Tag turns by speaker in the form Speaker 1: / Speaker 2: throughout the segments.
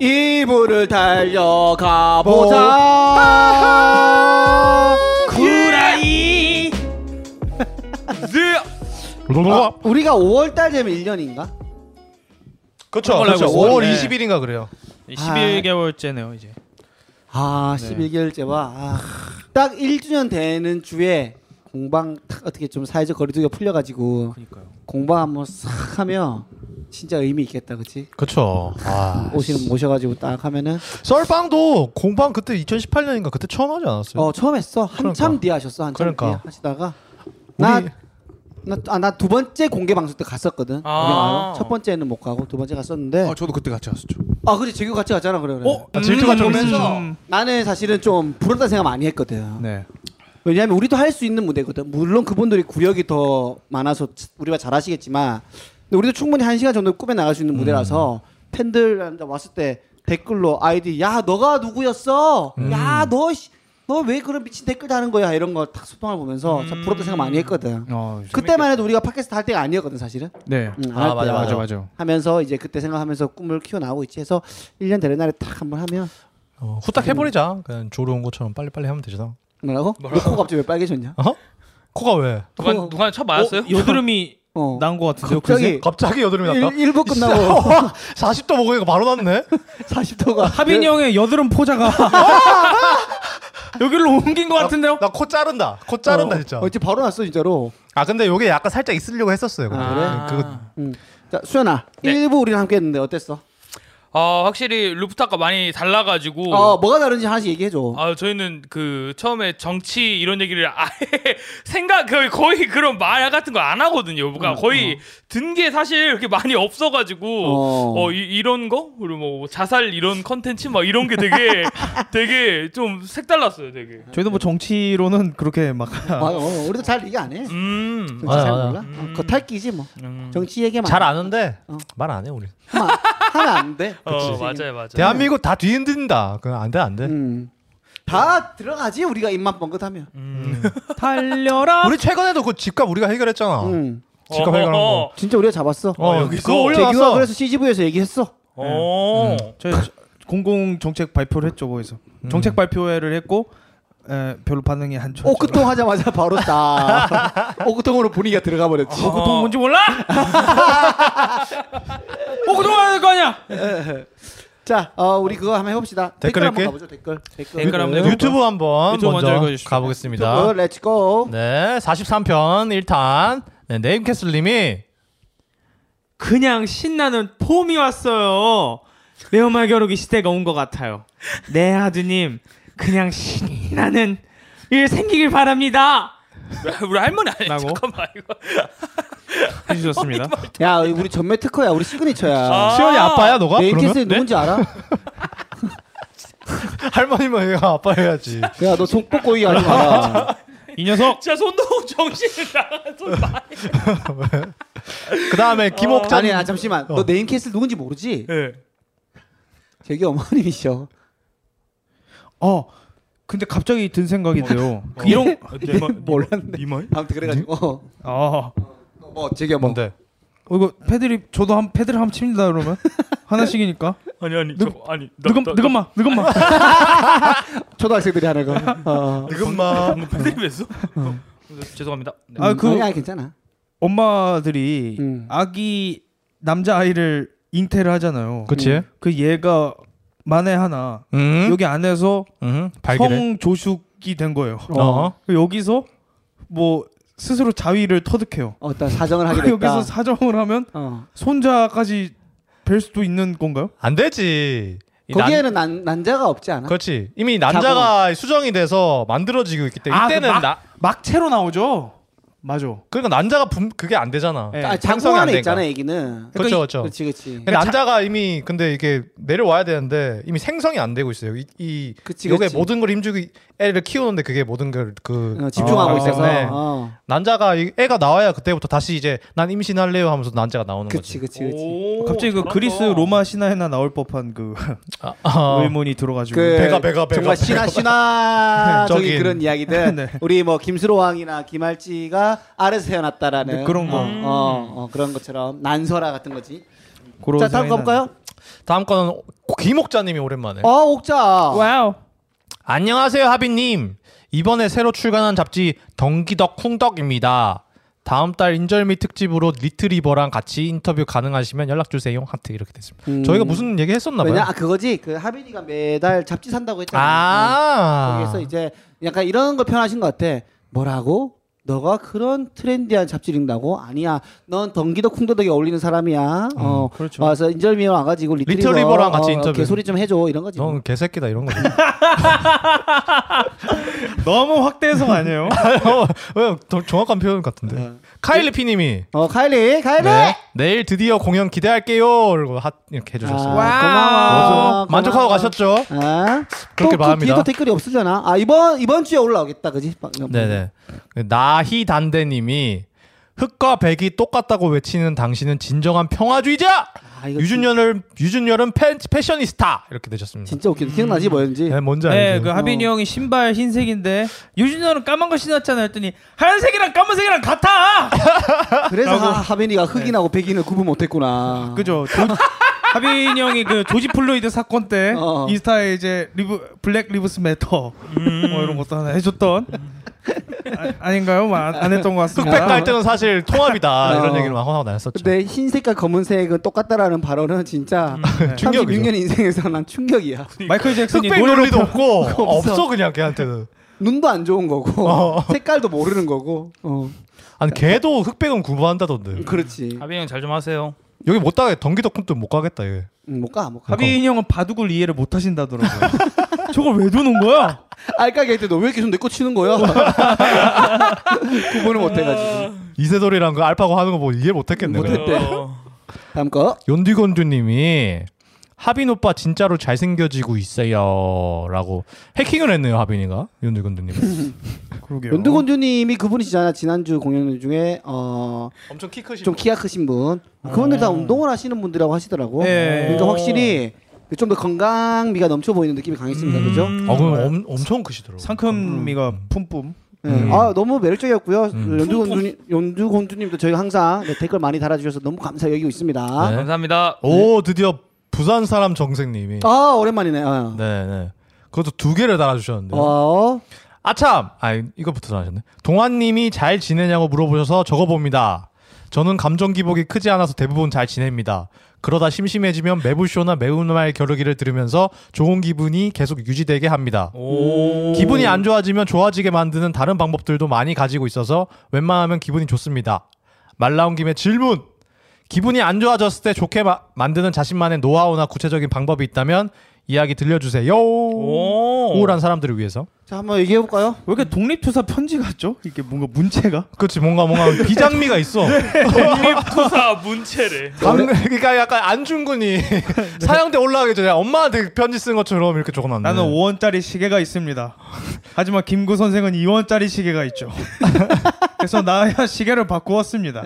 Speaker 1: 이불을 달려가 보자. 예.
Speaker 2: 구라이 네.
Speaker 1: 아, 우리가 5월 달 되면 1년인가?
Speaker 3: 그렇죠.
Speaker 2: 그걸로 알고
Speaker 3: 그렇죠.
Speaker 2: 있어요.
Speaker 3: 5월
Speaker 2: 네.
Speaker 3: 20일인가 그래요.
Speaker 4: 아, 예.
Speaker 2: 11개월째네요 이제
Speaker 1: 아, 11개월째와 아, 딱 1주년 되는 주에 공방 탁 어떻게 좀 사회적 거리두기가 풀려가지고
Speaker 2: 그니까요
Speaker 1: 공방 한번 싹 하면 진짜 의미 있겠다, 그렇지?
Speaker 3: 그렇죠. 아.
Speaker 1: 오시는 모셔가지고 딱 하면은
Speaker 3: 썰빵도 공방 그때 2018년인가 그때 처음 하지 않았어요?
Speaker 1: 어 처음 했어 한참
Speaker 3: 그러니까.
Speaker 1: 뒤에 하셨어 한참
Speaker 3: 그러니까.
Speaker 1: 뒤에 하시다가
Speaker 3: 우리-
Speaker 1: 나나두 번째 공개 방송 때 갔었거든.
Speaker 2: 아.
Speaker 1: 구경하러. 첫 번째는 못 가고 두 번째 갔었는데.
Speaker 5: 아, 저도 어? 그때 같이 갔었죠.
Speaker 1: 아 그래 재규 같이 갔잖아 그래
Speaker 4: 어?
Speaker 1: 그래.
Speaker 2: 네.
Speaker 4: 음,
Speaker 3: 아, 질투가 좀 있으셔.
Speaker 1: 나는 사실은 좀 부럽다 생각 많이 했거든.
Speaker 3: 네.
Speaker 1: 왜냐하면 우리도 할 수 있는 무대거든. 물론 그분들이 구력이 더 많아서 우리가 잘하시겠지만, 근데 우리도 충분히 한 시간 정도 꾸며 나갈 수 있는 무대라서 팬들한테 왔을 때 댓글로 아이디 야 너가 누구였어? 야 너 너 왜 그런 미친 댓글 다는 거야? 이런 거 딱 소통을 보면서 참 부럽다 생각 많이 했거든.
Speaker 2: 어,
Speaker 1: 그때만 해도 우리가 팟캐스트 할 때가 아니었거든 사실은.
Speaker 2: 네
Speaker 1: 응,
Speaker 3: 아,
Speaker 1: 안
Speaker 3: 맞아,
Speaker 1: 할 때야.
Speaker 3: 맞아,
Speaker 2: 맞아.
Speaker 1: 하면서 이제 그때 생각하면서 꿈을 키워 나오고 있지 해서 1년 되는 날에 딱 한번 하면
Speaker 3: 어, 후딱 해버리자. 그냥 조르온 것처럼 빨리빨리 하면 되잖아.
Speaker 1: 뭐라고? 너 코가 갑자기 왜 빨개졌냐?
Speaker 3: 어? 코가 왜?
Speaker 4: 누가
Speaker 1: 그거-
Speaker 4: 누가 쳐 맞았어요?
Speaker 2: 여드름이
Speaker 1: 어.
Speaker 2: 난것 같은데요
Speaker 1: 갑자기
Speaker 3: 갑자기 여드름이 났다.
Speaker 1: 일, 일부 끝나고
Speaker 3: 어, 40도 먹으니까 바로 났네.
Speaker 1: 40도가 어.
Speaker 2: 하빈이
Speaker 4: 네.
Speaker 2: 형의 여드름 포자가 여기로 옮긴 것
Speaker 4: 아.
Speaker 2: 같은데요
Speaker 3: 나 코 자른다. 코 자른다 진짜.
Speaker 1: 어째 바로 났어 진짜로.
Speaker 3: 아 근데 요게 약간 살짝 있으려고 했었어요. 근데.
Speaker 1: 아,
Speaker 3: 그거
Speaker 1: 음. 자 수연아
Speaker 4: 네.
Speaker 1: 일부 우리랑 함께 했는데 어땠어?
Speaker 4: 아 확실히 루프탑과 많이 달라가지고
Speaker 3: 아.
Speaker 1: 어 뭐가 다른지 하나씩 얘기해 줘.
Speaker 4: 아 저희는 그 처음에 정치 이런 얘기를 아예 생각 거의 거의 그런 말 같은 거 안 하거든요.
Speaker 2: 음,
Speaker 4: 그러니까 거의 든 게 사실 이렇게 많이 없어가지고
Speaker 1: 어.
Speaker 4: 어, 이, 런거 그리고 뭐 자살 이런 컨텐츠 막 이런 게 되게 되게 좀 색달랐어요. 되게
Speaker 2: 저희도 뭐 정치로는 그렇게 막
Speaker 1: 아, 어, 우리도 잘 얘기 안 해.
Speaker 4: 음
Speaker 1: 정치 잘
Speaker 3: 맞아, 맞아.
Speaker 1: 몰라. 어, 겉핥기지 뭐. 정치 얘기만
Speaker 3: 잘 아는데
Speaker 1: 어.
Speaker 3: 말 안 해 우리.
Speaker 1: 하면 하면 안 돼.
Speaker 4: 어, 맞아요 맞아요.
Speaker 3: 대한민국 다 뒤흔든다. 그건 안돼 안돼.
Speaker 1: 음. 다 들어가지 우리가 입만 뻥긋하면.
Speaker 4: 음.
Speaker 2: 달려라
Speaker 3: 우리 최근에도 그 집값 우리가 해결했잖아.
Speaker 1: 음.
Speaker 3: 집값 해결한 거.
Speaker 1: 진짜 우리가 잡았어.
Speaker 3: 어,
Speaker 4: 어,
Speaker 3: 여기서
Speaker 4: 그거
Speaker 1: 재규가
Speaker 3: 올려놨어.
Speaker 1: 그래서 CGV에서 얘기했어.
Speaker 4: 어.
Speaker 2: 저희 공공 정책 발표를 했죠 거기서 정책 발표회를 했고 에, 별로 반응이 안 좋았죠
Speaker 6: 어,
Speaker 1: 오크통 하자마자 바로 딱 오크통으로 분위기가 들어가 버렸지.
Speaker 4: 그
Speaker 2: 오크통 뭔지 몰라?
Speaker 6: 어,
Speaker 2: 오크통 할거 아니야
Speaker 1: 자, 어, 우리 그거 한번 해봅시다. 댓글
Speaker 3: 댓글
Speaker 1: 한번
Speaker 3: 읽기?
Speaker 1: 가보죠. 댓글. 댓글.
Speaker 4: 댓글 한번 해볼까요?
Speaker 3: 네. 유튜브 한번
Speaker 4: 유튜브 먼저
Speaker 3: 먼저
Speaker 4: 읽어주십시오.
Speaker 3: 가보겠습니다.
Speaker 1: 유튜브 렛츠고.
Speaker 3: 네, 43편 1탄 네, 네임캐슬님이
Speaker 6: 그냥 신나는 폼이 왔어요. 매운말 겨루기 시대가 온 것 같아요. 네 아드님, 그냥 신나는 일 생기길 바랍니다.
Speaker 4: 우리 할머니 아니
Speaker 2: 라고?
Speaker 4: 잠깐만 이거
Speaker 2: 해주셨습니다
Speaker 1: 야, 우리 전매 특허야. 우리 시그니처야.
Speaker 4: 아,
Speaker 3: 시원이 아빠야 너가
Speaker 1: 네임 캐슬
Speaker 3: 뭐? 그러면 네?
Speaker 1: 누군지 알아?
Speaker 3: 할머니만 얘가 아빠 해야지.
Speaker 1: 야, 너 속복고이 하지
Speaker 3: 아,
Speaker 1: 마라.
Speaker 2: 이 녀석
Speaker 4: 진짜 손동 정신을 나가 손 많이
Speaker 3: 그 다음에 김옥찬
Speaker 1: 아니, 야 잠시만.
Speaker 3: 어.
Speaker 1: 너 네임 캐슬 누군지 모르지?
Speaker 4: 네.
Speaker 1: 저기 어머님이셔.
Speaker 2: 어 근데 갑자기 든 생각인데요 이런
Speaker 1: 몰랐네.
Speaker 4: 이마이?
Speaker 1: 아무튼 그래가지고. 어,
Speaker 2: 어
Speaker 1: 어, 뭐, 저기 뭐.
Speaker 3: 뭔데?
Speaker 2: 어, 이거 패드립 저도 한 패드를 한번 칩니다 그러면 하나씩이니까
Speaker 4: 아니 아니
Speaker 2: 늙-
Speaker 4: 저, 아니 나-
Speaker 2: 느금
Speaker 4: 나-
Speaker 2: 느금마 느금마
Speaker 1: 초등학생들이 하는 거. 어.
Speaker 3: 지금만
Speaker 4: 방금 패드립했어? 죄송합니다. 네.
Speaker 2: 아 그
Speaker 1: 음, 아니, 아니, 괜찮아.
Speaker 2: 엄마들이
Speaker 1: 음.
Speaker 2: 아기 남자 아이를 잉태를 하잖아요 그,
Speaker 3: 그치?
Speaker 2: 얘가 만에 하나
Speaker 3: 음,
Speaker 2: 여기 안에서
Speaker 3: 음, 발견해.
Speaker 2: 성조숙이 된 거예요 그
Speaker 3: 어.
Speaker 2: 여기서 뭐 스스로 자위를 터득해요 그
Speaker 1: 어떤 사정을 하게 됐다.
Speaker 2: 여기서 사정을 하면
Speaker 1: 어.
Speaker 2: 손자까지 뵐 수도 있는 건가요?
Speaker 3: 안 되지. 이 난-
Speaker 1: 거기에는 난, 난자가 없지 않아?
Speaker 3: 그렇지. 이미 남자가 수정이 돼서 만들어지고 있기 때문에
Speaker 2: 아, 그
Speaker 3: 이때는
Speaker 2: 막-
Speaker 3: 나
Speaker 2: 막채로 나오죠. 맞아.
Speaker 3: 그러니까 남자가 분, 그게 안 되잖아.
Speaker 2: 예.
Speaker 1: 아, 자궁
Speaker 3: 네, 생성이 안
Speaker 1: 안에
Speaker 3: 되니까.
Speaker 1: 있잖아, 애기는.
Speaker 3: 그렇죠, 그렇죠.
Speaker 1: 그렇지, 그렇지.
Speaker 3: 근데 남자가 이미 근데 이게 내려와야 되는데 이미 생성이 안 되고 있어요. 이, 이
Speaker 1: 그치,
Speaker 3: 요게
Speaker 1: 그치.
Speaker 3: 모든 걸 힘주기 애를 키우는데 그게 모든 걸그
Speaker 1: 어, 집중하고
Speaker 2: 아,
Speaker 1: 있어서.
Speaker 3: 네.
Speaker 1: 어.
Speaker 3: 남자가 이- 애가 나와야 그때부터 다시 이제 난 임신할래요 하면서 남자가 나오는
Speaker 1: 그치,
Speaker 3: 거지.
Speaker 1: 그치, 그치.
Speaker 4: 오,
Speaker 2: 갑자기 그
Speaker 4: 잘한다.
Speaker 2: 그리스 로마 신화에나 나올 법한 그
Speaker 3: 어.
Speaker 2: 의문이 들어가지고
Speaker 1: 그
Speaker 3: 배가, 배가, 배가,
Speaker 1: 정말
Speaker 3: 배가.
Speaker 1: 신화 신화적인
Speaker 3: 저긴.
Speaker 1: 그런 이야기들
Speaker 2: 네.
Speaker 1: 우리 뭐 김수로 왕이나 김할지가 아래서 태어났다라는
Speaker 2: 네, 그런 거.
Speaker 1: 어, 어, 어, 그런 것처럼 난설화 같은 거지
Speaker 2: 그런
Speaker 1: 자 다음
Speaker 2: 생각이 나네.
Speaker 1: 가볼까요?
Speaker 3: 다음 거는 김옥자님이 오랜만에.
Speaker 1: 아 옥자.
Speaker 6: 와우.
Speaker 3: 안녕하세요 하빈님. 이번에 새로 출간한 잡지 덩기덕 쿵덕입니다. 다음 달 인절미 특집으로 리트리버랑 같이 인터뷰 가능하시면 연락 주세요. 하트 이렇게 됐습니다.
Speaker 1: 음.
Speaker 3: 저희가 무슨 얘기 했었나 봐요.
Speaker 1: 왜냐 아 그거지 그 하빈이가 매달 잡지 산다고 했잖아.
Speaker 3: 아.
Speaker 1: 거기서 이제 약간 이런 거 편하신 것 같아. 뭐라고? 너가 그런 트렌디한 잡지 읽는다고? 아니야. 넌 덩기도 쿵더덕에 어울리는 사람이야. 어.
Speaker 3: 그렇죠.
Speaker 1: 와서 인절미 와가지고 리트리버,
Speaker 3: 리트리버랑 같이
Speaker 1: 어,
Speaker 3: 인터뷰.
Speaker 1: 개소리 좀 해줘 이런 거지. 뭐.
Speaker 3: 넌 개새끼다 이런 거.
Speaker 2: 너무 확대해석 아니에요?
Speaker 3: 왜 어, 더 정확한 표현 같은데.
Speaker 1: 네.
Speaker 3: 카일리 피님이
Speaker 1: 어 카일리 카일리. 아,
Speaker 3: 네. 내일 드디어 공연 기대할게요. 이러고 핫 이렇게 해주셨어요.
Speaker 1: 고마워.
Speaker 3: 만족하고
Speaker 1: 고마워.
Speaker 3: 가셨죠?
Speaker 1: 아,
Speaker 3: 그렇게
Speaker 1: 또,
Speaker 3: 바랍니다.
Speaker 1: 그 뒤에도 댓글이 없으려나? 아 이번 이번 주에 올라오겠다, 그지?
Speaker 3: 네네. 나희단대님이 흑과 백이 똑같다고 외치는 당신은 진정한 평화주의자.
Speaker 1: 아, 이거
Speaker 3: 유준열은 유준열은 패, 패셔니스타 이렇게 되셨습니다.
Speaker 1: 진짜 웃기다. 기억나지 뭐였는지?
Speaker 3: 네, 뭔지 알죠?
Speaker 2: 네, 그 하빈이
Speaker 1: 어.
Speaker 2: 형이 신발 흰색인데 유준열은 까만 거 신었잖아 했더니 하얀색이랑 까만색이랑 같아.
Speaker 1: 그래서 하, 하빈이가 흑인하고
Speaker 3: 네.
Speaker 1: 백인을 구분 못했구나.
Speaker 2: 그죠. 조- 하빈이 형이 그 조지 플로이드 사건 때
Speaker 1: 어.
Speaker 2: 인스타에 이제 리브 블랙 리브스 매터 뭐 이런 것도 하나 해줬던 아, 닌가요 안, 안 했던 것 같습니다.
Speaker 3: 흑백
Speaker 1: 아.
Speaker 3: 갈등은 사실 통합이다 이런
Speaker 1: 어.
Speaker 3: 얘기를 막 하고 다녔었죠.
Speaker 1: 근데 흰색과 검은색은 똑같다라는 발언은 진짜
Speaker 3: 음, 충격이죠.
Speaker 1: 36년 인생에서 난 충격이야.
Speaker 2: 마이클 잭슨이
Speaker 3: 흑백
Speaker 2: 노래로
Speaker 3: 논리도 없고 없어.
Speaker 1: 없어.
Speaker 3: 그냥 걔한테는.
Speaker 1: 눈도 안 좋은 거고
Speaker 3: 어.
Speaker 1: 색깔도 모르는 거고. 어.
Speaker 3: 아니 걔도 흑백은 구분한다던데.
Speaker 1: 그렇지.
Speaker 3: 아.
Speaker 4: 하빈이 형 잘 좀 하세요.
Speaker 3: 여기 못 가게 덩기덕 쿤도 못 가겠다 얘.
Speaker 1: 음, 못 가, 못 가.
Speaker 2: 하빈이 형은 바둑을 이해를 못 하신다더라고요. 저걸 왜 두는 거야?
Speaker 1: 알까기 할때 너 왜 계속 내 거 치는 거야? 구분을 못 해가지고.
Speaker 3: 이세돌이랑 그 알파고 하는 거 보고 이해 못했겠네.
Speaker 1: 못했-
Speaker 3: 그냥.
Speaker 1: 어때? 다음 거.
Speaker 3: 연디건주님이 하빈 오빠 진짜로 잘생겨지고 있어요라고 해킹을 했네요 하빈이가 연디건주님.
Speaker 2: 그러게요.
Speaker 1: 연두건주님이 그분이시잖아. 지난주 공연 중에 어,
Speaker 3: 엄청 키 크신
Speaker 1: 좀 키가 크신 분. 그분들
Speaker 3: 어.
Speaker 1: 다 운동을 하시는 분들이라고 하시더라고.
Speaker 2: 예.
Speaker 3: 네.
Speaker 1: 그러니까 확실히 좀 더 건강미가 넘쳐 보이는 느낌이 강했습니다. 네, 그렇죠? 그죠?
Speaker 3: 어, 그럼 엄, 엄청 크시더라고.
Speaker 2: 상큼미가 뿜뿜.
Speaker 1: 예.
Speaker 3: 음.
Speaker 1: 아 너무 매력적이었고요. 연두
Speaker 4: 품,
Speaker 1: 건주님, 연두 건주님도 저희가 항상 네, 댓글 많이 달아주셔서 너무 감사 여기고 있습니다.
Speaker 3: 네.
Speaker 4: 감사합니다.
Speaker 3: 오 드디어 부산 사람 정생님이.
Speaker 1: 아 오랜만이네. 어.
Speaker 3: 네네. 그것도 두 개를 달아주셨는데. 요
Speaker 1: 어.
Speaker 3: 아참, 아 이거부터 달아주셨네. 동환님이 잘 지내냐고 물어보셔서 적어봅니다. 저는 감정 기복이 크지 않아서 대부분 잘 지냅니다. 그러다 심심해지면 매부쇼나 매운말 겨루기를 들으면서 좋은 기분이 계속 유지되게 합니다.
Speaker 4: 오.
Speaker 3: 기분이 안 좋아지면 좋아지게 만드는 다른 방법들도 많이 가지고 있어서 웬만하면 기분이 좋습니다. 말 나온 김에 질문! 기분이 안 좋아졌을 때 좋게 마- 만드는 자신만의 노하우나 구체적인 방법이 있다면 이야기 들려주세요.
Speaker 4: 오.
Speaker 3: 우울한 사람들을 위해서.
Speaker 1: 자 한번 얘기해 볼까요?
Speaker 2: 왜 이렇게 독립투사 편지 같죠? 이게 뭔가 문체가?
Speaker 3: 그렇지 뭔가 뭔가 비장미가 있어.
Speaker 4: 투사 문체래.
Speaker 3: 감- 그러니까 약간 안중근이 사형대 올라가기 전에 엄마한테 편지 쓴 것처럼 이렇게 적어놨네.
Speaker 2: 나는 5원짜리 시계가 있습니다. 하지만 김구 선생은 2원짜리 시계가 있죠. 그래서 나야 시계를 바꾸었습니다.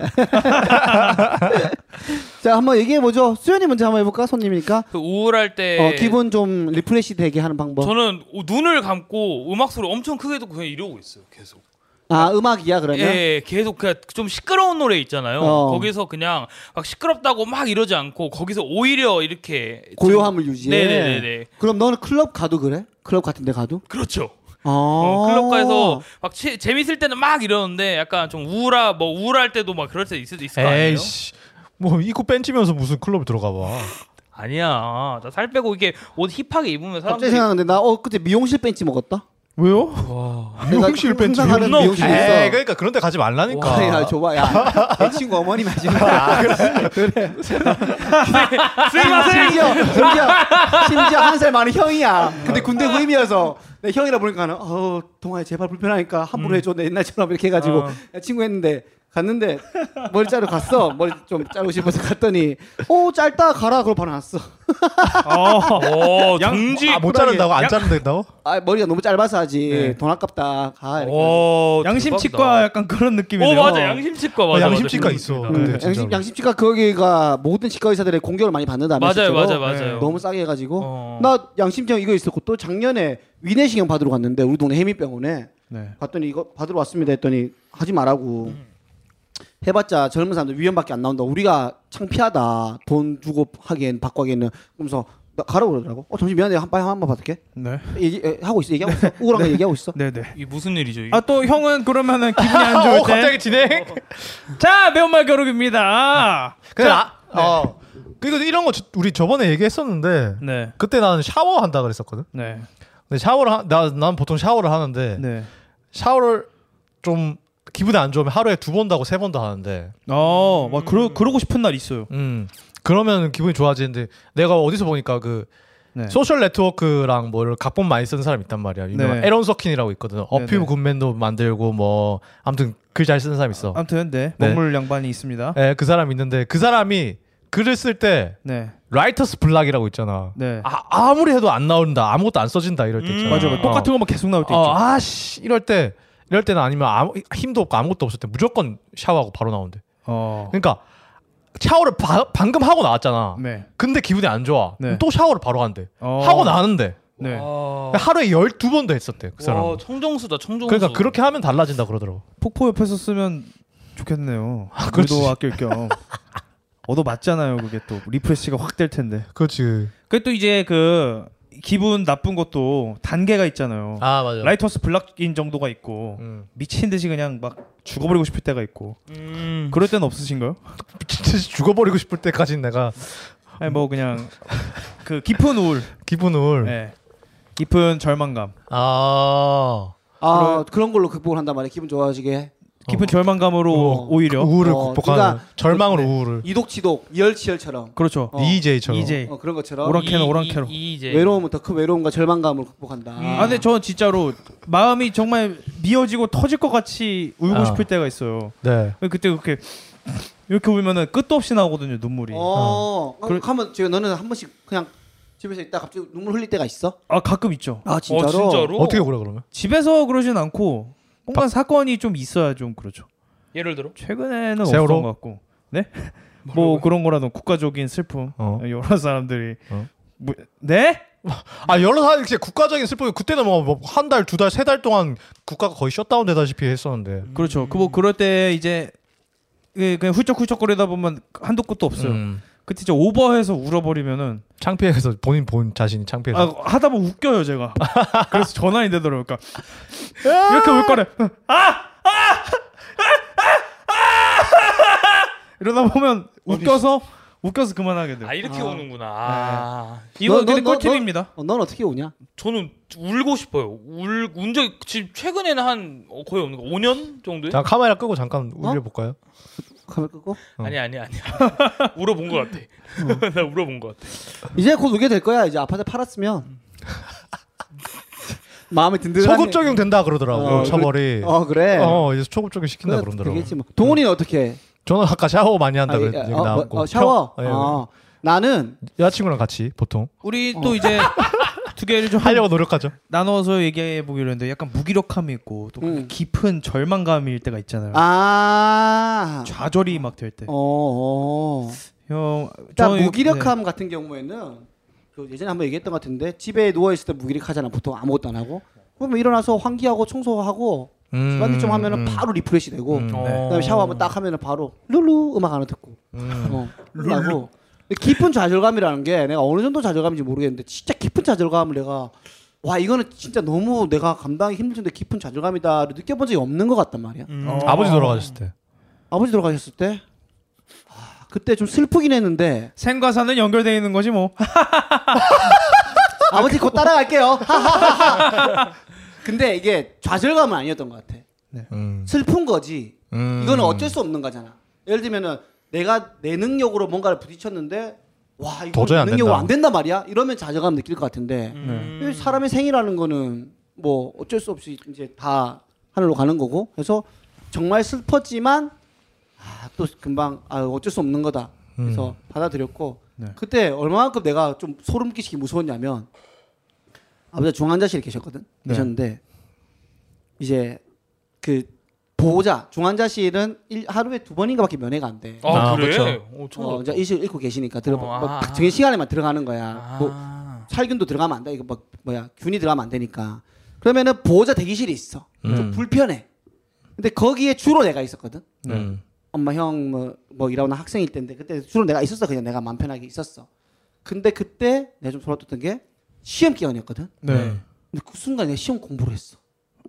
Speaker 1: 자 한번 얘기해 보죠. 수현이 먼저 한번 해볼까? 손님이니까.
Speaker 4: 그 우울할 때
Speaker 1: 어 기분 뭐? 좀 리프레시 되게 하는 방법.
Speaker 4: 저는 눈을 감고 음악 소리 엄청 크게 듣고 그냥 이러고 있어요. 계속.
Speaker 1: 아 음악이야 그러면.
Speaker 4: 예, 계속 그냥 좀 시끄러운 노래 있잖아요.
Speaker 1: 어.
Speaker 4: 거기서 그냥 막 시끄럽다고 막 이러지 않고 거기서 오히려 이렇게 좀-
Speaker 1: 고요함을 유지해.
Speaker 4: 네네네네.
Speaker 1: 그럼 너는 클럽 가도 그래? 클럽 같은 데 가도?
Speaker 4: 그렇죠.
Speaker 1: 아.
Speaker 4: 어, 클럽 가서 막 치- 재밌을 때는 막 이러는데 약간 좀 우울하 뭐 우울할 때도 막 그럴 때 있을 수 있을 거 아니에요?
Speaker 3: 에이씨 뭐 입고 뺀치면서 무슨 클럽 들어가 봐.
Speaker 4: 아니야. 나 살 빼고 이게 옷 힙하게 입으면
Speaker 1: 갑자기
Speaker 4: 사람들이
Speaker 1: 생각하는데 나 어 그때 미용실 벤치 먹었다.
Speaker 2: 왜요?
Speaker 1: 미용실 벤치 항상 하는
Speaker 4: 존나
Speaker 1: 미용실
Speaker 4: 웃기네.
Speaker 1: 있어.
Speaker 3: 에이 그러니까 그런데 가지 말라니까.
Speaker 1: 아, 야, 줘봐, 야, 내 친구 어머니 맞으면
Speaker 4: 아,
Speaker 1: 심지어, 심지어, 심지어 한 살 많은 형이야. 근데
Speaker 4: 아.
Speaker 1: 군대 후임이어서 내 형이라 보니까 나는 어, 동아야 제발 불편하니까 함부로 해줘. 내 옛날처럼 이렇게 해가지고
Speaker 4: 음. 어.
Speaker 1: 야, 친구 했는데 갔는데 머리 자르러 갔어. 머리 좀 자르고 싶어서 갔더니 어 짧다 가라 그러고 바로 났어.
Speaker 2: 어.
Speaker 4: 오,
Speaker 2: 양-
Speaker 4: 정지.
Speaker 3: 아, 못 자른다고 안 자른다고?
Speaker 1: 아 머리가 너무 짧아서 하지
Speaker 4: 네.
Speaker 1: 돈 아깝다 가.
Speaker 4: 어,
Speaker 1: 이렇게.
Speaker 4: 오,
Speaker 2: 양심치과
Speaker 4: 대박이다.
Speaker 2: 약간 그런
Speaker 4: 오
Speaker 2: 느낌이네요.
Speaker 4: 맞아. 양심치과 맞아. 맞아.
Speaker 3: 양심치과 있어.
Speaker 4: 맞습니다.
Speaker 3: 근데
Speaker 1: 음, 양심-
Speaker 3: 진짜로.
Speaker 1: 양심치과 거기가 모든 치과 의사들의 공격을 많이 받는다며
Speaker 4: 맞아요,
Speaker 1: 실제로.
Speaker 4: 맞아요, 맞아요.
Speaker 1: 네, 너무 싸게 해가지고
Speaker 4: 어.
Speaker 1: 나 양심병 이거 있었고 또 작년에 위내시경 받으러 갔는데 우리 동네 해민병원에
Speaker 2: 네. 음.
Speaker 1: 갔더니 이거 받으러 왔습니다 했더니 하지 말라고 해봤자 젊은 사람들 위험밖에 안 나온다. 우리가 창피하다. 돈 주고 하기엔 받고 하기에는 그러면서 나 가라고 그러더라고. 어 잠시 미안해. 한 빨리 한번 받을게.
Speaker 2: 네.
Speaker 1: 얘기 에, 하고 있어. 얘기하고 있어. 우울한 거 얘기하고 있어.
Speaker 2: 네, 네.
Speaker 4: 이게 무슨 일이죠? 이게?
Speaker 2: 아 또 형은 그러면은 기분이 안
Speaker 3: 어,
Speaker 2: 좋을 때.
Speaker 3: 갑자기 진행.
Speaker 2: 자, 매운말 겨루기입니다. 아.
Speaker 3: 근데 나, 어 그리고 이런 거 저- 우리 저번에 얘기했었는데
Speaker 2: 네.
Speaker 3: 그때 나는 샤워한다 그랬었거든.
Speaker 2: 네.
Speaker 3: 근데 샤워를 하- 나, 난 보통 샤워를 하는데
Speaker 2: 네.
Speaker 3: 샤워를 좀 기분이 안 좋으면 하루에 두 번다고 세 번도 하는데
Speaker 2: 어, 막 그러 그러고 싶은 날 있어요.
Speaker 3: 음 그러면 기분이 좋아지는데 내가 어디서 보니까 그
Speaker 2: 네.
Speaker 3: 소셜 네트워크랑 뭘 각본 많이 쓰는 사람 있단 말이야. 유명한
Speaker 2: 네.
Speaker 3: 에런 서킨이라고 있거든.
Speaker 2: 네, 네.
Speaker 3: 어퓨브 굿맨도 만들고 뭐 아무튼 글 잘 쓰는 사람 있어.
Speaker 2: 아무튼 아. 네.
Speaker 3: 네.
Speaker 2: 먹물 양반이 있습니다.
Speaker 3: 예, 그 사람 있는데 그 사람이 글을 쓸 때
Speaker 2: 네.
Speaker 3: 라이터스 블락이라고 있잖아.
Speaker 2: 네.
Speaker 3: 아, 아무리 해도 안 나온다. 아무것도 안 써진다 이럴 때
Speaker 4: 음.
Speaker 3: 있잖아.
Speaker 2: 맞아, 맞아. 똑같은 것만 계속 나올 때
Speaker 3: 어,
Speaker 2: 있죠.
Speaker 3: 아씨 이럴 때 이럴 때는 아니면 아무 힘도 없고 아무것도 없을 때 무조건 샤워하고 바로 나온대.
Speaker 2: 어.
Speaker 3: 그러니까 샤워를 바- 방금 하고 나왔잖아.
Speaker 2: 네.
Speaker 3: 근데 기분이 안 좋아.
Speaker 2: 네.
Speaker 3: 또 샤워를 바로 한대.
Speaker 2: 어.
Speaker 3: 하고 나는데 아.
Speaker 2: 네.
Speaker 1: 아.
Speaker 4: 와.
Speaker 3: 하루에 12번도 했었대. 그 사람.
Speaker 4: 와, 청정수다 청정수.
Speaker 3: 그러니까 그렇게 하면 달라진다 그러더라고.
Speaker 2: 폭포 옆에서 쓰면 좋겠네요.
Speaker 3: 그렇지.
Speaker 2: 물도 아낄 겸. 얻어 맞잖아요, 그게 또 리프레시가 확 될 텐데.
Speaker 3: 그렇지.
Speaker 2: 그게 또 이제 그 기분 나쁜 것도 단계가 있잖아요.
Speaker 3: 아, 맞아.
Speaker 2: 라이터스 블락인 정도가 있고
Speaker 3: 음.
Speaker 2: 미친 듯이 그냥 막 죽어버리고 싶을 때가 있고
Speaker 4: 음.
Speaker 2: 그럴 때는 없으신가요?
Speaker 3: 미친 듯이 죽어버리고 싶을 때까지는 내가
Speaker 2: 아니 뭐 그냥 그 깊은 우울,
Speaker 3: 기분을
Speaker 2: 예. 깊은 절망감,
Speaker 3: 아
Speaker 1: 아 그런 걸로 극복을 한단 말이야. 기분 좋아지게.
Speaker 2: 깊은 절망감으로
Speaker 3: 어,
Speaker 2: 오히려
Speaker 3: 우울을
Speaker 1: 어,
Speaker 3: 극복하는
Speaker 1: 그러니까
Speaker 3: 절망으로 우울을
Speaker 1: 이독치독, 이열치열처럼.
Speaker 2: 그렇죠.
Speaker 1: 어.
Speaker 3: EJ처럼.
Speaker 2: 이제
Speaker 1: 어, 그런 것처럼
Speaker 2: 오락- 오랑캐는
Speaker 4: 이-
Speaker 2: 오랑캐로.
Speaker 4: 이- 이제.
Speaker 1: 외로움은 더 큰 외로움과 절망감을 극복한다.
Speaker 4: 음.
Speaker 2: 아 근데 저는 진짜로 마음이 정말 미어지고 터질 것 같이 울고
Speaker 3: 아.
Speaker 2: 싶을 때가 있어요.
Speaker 3: 네.
Speaker 2: 그때 그렇게 이렇게 울면은 끝도 없이 나오거든요 눈물이.
Speaker 1: 어,
Speaker 2: 그래-
Speaker 1: 그러면 제가 너는 한 번씩 그냥 집에서 있다 갑자기 눈물 흘릴 때가 있어?
Speaker 2: 아 가끔 있죠.
Speaker 1: 아
Speaker 4: 어, 진짜로?
Speaker 3: 어떻게 그래 그러면?
Speaker 2: 집에서 그러진 않고 뭔가 사건이 좀 있어야 좀 그렇죠.
Speaker 4: 예를 들어.
Speaker 2: 최근에는
Speaker 3: 세월호?
Speaker 2: 없었던 것 같고. 네? 뭐 그런 거라도 국가적인 슬픔.
Speaker 3: 어.
Speaker 2: 여러 사람들이
Speaker 3: 어.
Speaker 2: 뭐, 네?
Speaker 3: 아 여러 사람 이제 국가적인 슬픔이 그때는 뭐 한 달 두 달 세 달 동안 국가가 거의 셧다운 되다시피 했었는데
Speaker 2: 그렇죠. 그 뭐 그럴 때 이제 그- 그냥 훌쩍훌쩍거리다 보면 한도 끝도 없어요.
Speaker 3: 음,
Speaker 2: 그때 진짜 오버해서 울어버리면은
Speaker 3: 창피해서 본인 본 자신이 창피해서
Speaker 2: 아, 하다 보면 웃겨요 제가. 그래서 전환이 되더라고요. 그러니까 이렇게 울 거래. 아! 아! 아! 아! 아! 이러다 보면 웃겨서 웃겨서 그만하게 돼요.
Speaker 4: 아 이렇게
Speaker 1: 아.
Speaker 4: 오는구나. 아.
Speaker 2: 이거
Speaker 1: 너,
Speaker 2: 근데
Speaker 1: 너, 너,
Speaker 2: 꿀팁입니다.
Speaker 1: 어, 넌 어떻게 오냐?
Speaker 4: 저는 울고 싶어요. 울운 적이 지금 최근에는 한 어, 거의 없는 거 5년 정도에?
Speaker 3: 자 카메라 끄고 잠깐
Speaker 1: 어?
Speaker 3: 울려볼까요?
Speaker 1: 카메라 끄고
Speaker 3: 어.
Speaker 4: 아니 아니 아니. 울어본 것 같아. 나 울어본 것 같아.
Speaker 1: 이제 곧 오게 될 거야. 이제 아파트 팔았으면 마음이 든든하네.
Speaker 3: 소급 적용 된다 그러더라고
Speaker 1: 어,
Speaker 3: 처벌이 어,
Speaker 1: 어 그래.
Speaker 3: 이제 소급 적용 시킨다
Speaker 1: 그래,
Speaker 3: 그러더라고
Speaker 1: 되겠지 뭐. 동훈이는 어떻게?
Speaker 3: 저는 아까 샤워 많이 한다
Speaker 1: 아,
Speaker 3: 그랬
Speaker 1: 예,
Speaker 3: 얘기
Speaker 1: 어,
Speaker 3: 나왔고
Speaker 1: 뭐, 어, 샤워.
Speaker 3: 평- 예,
Speaker 1: 어. 나는
Speaker 3: 여자친구랑 같이 보통
Speaker 1: 어.
Speaker 2: 우리 또 이제 두 개를
Speaker 1: 음.
Speaker 2: 좀
Speaker 3: 하려고 노력하죠
Speaker 2: 나눠서 얘기해 보기로 했는데 약간 무기력함이 있고 또
Speaker 1: 음.
Speaker 2: 깊은 절망감일 때가 있잖아요.
Speaker 1: 아.
Speaker 2: 좌절이 막 될 때.
Speaker 1: 어. 어.
Speaker 2: 형, 네.
Speaker 1: 딱
Speaker 2: 저는 이거-
Speaker 1: 그러니까 무기력함
Speaker 3: 네.
Speaker 1: 같은 경우에는 그 예전에 한번 얘기했던 것 같은데 집에 누워 있을 때 무기력하잖아 보통 아무것도 안 하고 그러면 일어나서 환기하고 청소하고
Speaker 3: 음,
Speaker 1: 집안일 좀 하면은
Speaker 3: 음.
Speaker 1: 바로 리프레시 되고
Speaker 3: 음,
Speaker 4: 어.
Speaker 1: 그다음에 샤워하면 딱 하면은 바로 룰루 음악 하나 듣고 어, 룰루 깊은 좌절감이라는 게 내가 어느 정도 좌절감인지 모르겠는데 진짜 깊은 좌절감을 내가 와 이거는 진짜 너무 내가 감당이 힘들 정도 깊은 좌절감이다를 느껴본 적이 없는 것 같단 말이야
Speaker 3: 음.
Speaker 4: 어.
Speaker 3: 아버지 돌아가셨을 때
Speaker 1: 아버지 돌아가셨을 때 아, 그때 좀 슬프긴 했는데
Speaker 2: 생과사는 연결되어 있는 거지 뭐.
Speaker 1: 아버지 곧 따라갈게요. 하하하하. 근데 이게 좌절감은 아니었던 것 같아.
Speaker 3: 음,
Speaker 1: 슬픈 거지.
Speaker 3: 음.
Speaker 1: 이거는 어쩔 수 없는 거잖아. 예를 들면은 내가 내 능력으로 뭔가를 부딪혔는데 와 이거
Speaker 3: 도저히
Speaker 1: 내
Speaker 3: 안
Speaker 1: 능력으로
Speaker 3: 된다.
Speaker 1: 안 된단 말이야. 이러면 좌절감 느낄 것 같은데
Speaker 4: 음.
Speaker 1: 이 사람의 생이라는 거는 뭐 어쩔 수 없이 이제 다 하늘로 가는 거고. 그래서 정말 슬펐지만 아, 또 금방 아 어쩔 수 없는 거다. 그래서 받아들였고
Speaker 2: 음. 네.
Speaker 1: 그때 얼마만큼 내가 좀 소름 끼치기 무서웠냐면 아버지 중환자실에 계셨거든
Speaker 2: 네.
Speaker 1: 계셨는데 이제 그 보호자 중환자실은 일, 하루에 두 번인가밖에 면회가 안 돼.
Speaker 4: 아,
Speaker 3: 아,
Speaker 4: 그래?
Speaker 3: 그렇죠.
Speaker 4: 어, 처음
Speaker 1: 어,
Speaker 4: 알았다.
Speaker 1: 이제 이식 읽고 계시니까 들어
Speaker 4: 어,
Speaker 1: 뭐,
Speaker 4: 아.
Speaker 1: 딱 정해 시간에만 들어가는 거야.
Speaker 4: 아.
Speaker 1: 뭐 살균도 들어가면 안 돼. 이거 막 뭐야 균이 들어가면 안 되니까. 그러면은 보호자 대기실이 있어. 좀
Speaker 3: 음.
Speaker 1: 불편해. 근데 거기에 주로 내가 있었거든.
Speaker 3: 음.
Speaker 1: 엄마 형뭐 뭐 일하고나 학생일 때인데 그때 주로 내가 있었어 그냥 내가 마음 편하게 있었어. 근데 그때 내가 좀 돌아뒀던 게 시험 기간이었거든.
Speaker 2: 네.
Speaker 1: 근데 그 순간 내가 시험 공부를 했어.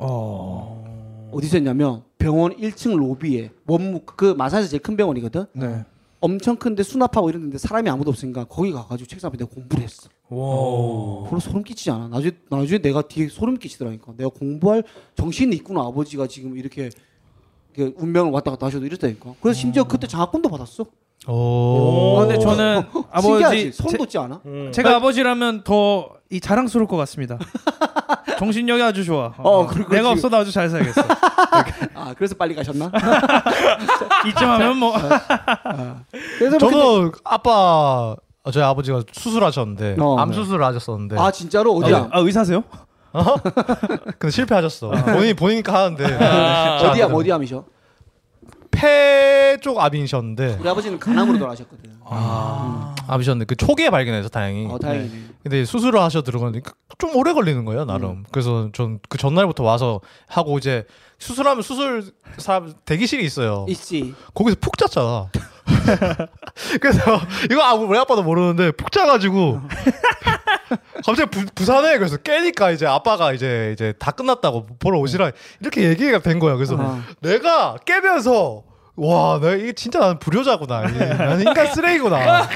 Speaker 2: 어.
Speaker 1: 어디서 했냐면 병원 1층 로비에 원무 그 마산에서 제일 큰 병원이거든.
Speaker 2: 네.
Speaker 1: 엄청 큰데 수납하고 이런 데인데 사람이 아무도 없으니까 거기 가가지고 책상 앞에 내가 공부를 했어.
Speaker 2: 와.
Speaker 1: 별로 소름 끼치지 않아. 나중에 나중에 내가 뒤에 소름 끼치더라니까. 내가 공부할 정신이 있구나. 아버지가 지금 이렇게, 이렇게 운명을 왔다 갔다 하셔도 이랬다니까. 그래서 심지어 그때 장학금도 받았어. 어,
Speaker 3: 오.
Speaker 2: 음. 근데 저는
Speaker 1: 신기하지.
Speaker 2: 아버지
Speaker 1: 소름 돋지 않아?
Speaker 4: 음.
Speaker 2: 제, 가 아버지라면 더 이 자랑스러울 것 같습니다. 정신력이 아주 좋아.
Speaker 1: 어, 그리고
Speaker 2: 내가
Speaker 1: 지금-
Speaker 2: 없어도 아주 잘 살겠어.
Speaker 1: 아 그래서 빨리 가셨나?
Speaker 2: 이쯤 하면 뭐
Speaker 1: 그래서
Speaker 3: 저도 아빠 어, 저희 아버지가 수술하셨는데
Speaker 1: 어,
Speaker 3: 암
Speaker 1: 네.
Speaker 3: 수술을 하셨었는데
Speaker 1: 아 진짜로 어디야?
Speaker 2: 아, 의사세요?
Speaker 3: 근데 실패하셨어.
Speaker 1: 아.
Speaker 3: 본인 본인가 하는데
Speaker 4: 아,
Speaker 1: 어디야? 어디암이셔?
Speaker 3: 폐 쪽 암이셨는데
Speaker 1: 우리 아버지는 강남으로 돌아가셨거든.
Speaker 3: 암이셨는데 그 초기에 발견해서 다행히.
Speaker 1: 어 다행이네.
Speaker 3: 근데 수술을 하셔 들어가는데 그- 좀 오래 걸리는 거예요 나름. 그래서 전 그 전날부터 와서 하고 이제 수술하면 수술 사람 대기실이 있어요.
Speaker 1: 있지.
Speaker 3: 거기서 푹 잤잖아. 그래서 이거 아, 우리 아빠도 모르는데 푹 자가지고 갑자기 부, 부산에 그래서 깨니까 이제 아빠가 이제 이제 다 끝났다고 보러 오시라 이렇게 얘기가 된 거야. 그래서
Speaker 1: 아.
Speaker 3: 내가 깨면서 와, 내가 이게 진짜 나는 불효자구나. 이- 나는 인간 쓰레기구나.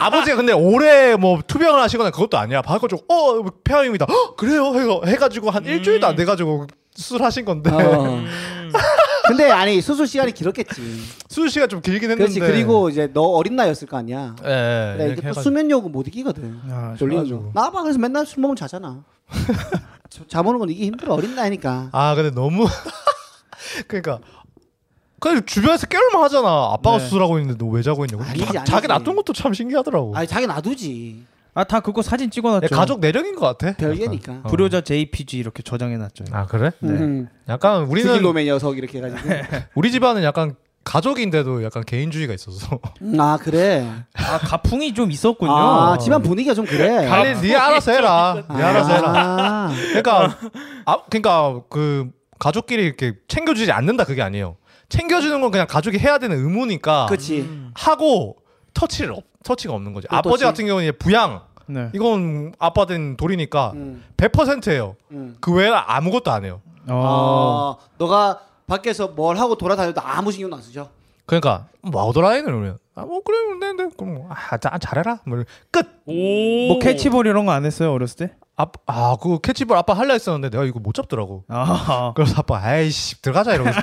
Speaker 3: 아버지가 근데 올해 뭐 투병을 하시거나 그것도 아니야. 바꿔주고 어 폐암입니다. "헉, 그래요? 해서 해가지고 한 일주일도 안 돼가지고 수술하신 건데
Speaker 1: 음. 어.
Speaker 4: 음.
Speaker 1: 근데 아니 수술 시간이 길었겠지.
Speaker 3: 수술 시간 좀 길긴 했는데.
Speaker 1: 그렇지. 그리고 이제 너 어린 나이였을 거 아니야.
Speaker 3: 예, 예,
Speaker 1: 그래,
Speaker 3: 이렇게
Speaker 1: 네, 이게 또
Speaker 3: 해가지고.
Speaker 1: 수면욕은 못 이기거든.
Speaker 2: 아,
Speaker 1: 졸리는
Speaker 2: 싫어가지고.
Speaker 1: 거. 나봐 그래서 맨날 술 먹으면 자잖아. 자- 잠오는 건 이게 힘들어 어린 나이니까.
Speaker 3: 아 근데 너무 그러니까 그냥 주변에서 깨울만 하잖아 아빠가
Speaker 2: 네.
Speaker 3: 수술하고 있는데 너 왜 자고 있냐고
Speaker 1: 아니지,
Speaker 3: 자-
Speaker 1: 아니지.
Speaker 3: 자기 놔둔 것도 참 신기하더라고
Speaker 1: 아니 자기 놔두지
Speaker 2: 아, 다 그거 사진 찍어놨죠.
Speaker 3: 내 가족 내력인 것 같아
Speaker 1: 별개니까.
Speaker 3: 어.
Speaker 2: 불효자 JPG 이렇게 저장해놨죠.
Speaker 3: 아 그래
Speaker 1: 음.
Speaker 3: 약간 우리는 네.
Speaker 1: 죽일놈의 녀석 이렇게 해가지고.
Speaker 3: 우리 집안은 약간 가족인데도 약간 개인주의가 있어서
Speaker 1: 음, 아 그래.
Speaker 2: 아, 가풍이 좀 있었군요.
Speaker 1: 아 집안 분위기가 좀 그래.
Speaker 3: 갈리 네 알아서 해라 네 알아서 해라
Speaker 1: 아,
Speaker 3: 그러니까 아 그러니까 그 가족끼리 이렇게 챙겨주지 않는다 그게 아니에요 챙겨주는 건 그냥 가족이 해야 되는 의무니까 음.
Speaker 1: 그렇지.
Speaker 3: 하고 터치를 없, 터치가 없는 거지
Speaker 1: 또
Speaker 3: 아버지
Speaker 1: 터치?
Speaker 3: 같은 경우는 이제 부양
Speaker 2: 네.
Speaker 3: 이건 아빠 된 돌이니까
Speaker 1: 음,
Speaker 3: 100%예요.
Speaker 1: 음.
Speaker 3: 그 외에 아무것도 안 해요.
Speaker 2: 어.
Speaker 1: 어, 너가 밖에서 뭘 하고 돌아다녀도 아무 신경도 안 쓰죠.
Speaker 3: 그러니까 마우더라인을 그러면 아뭐 그래 근데 근데 그럼 아 자, 잘해라 뭐 이런- 끝.
Speaker 4: 오.
Speaker 2: 뭐 캐치볼 이런 거 안 했어요 어렸을 때?
Speaker 3: 아아그 캐치볼 아빠 할라 했었는데 내가 이거 못 잡더라고.
Speaker 2: 아,
Speaker 3: 그래서 아빠 아이씨 들어가자 이러면서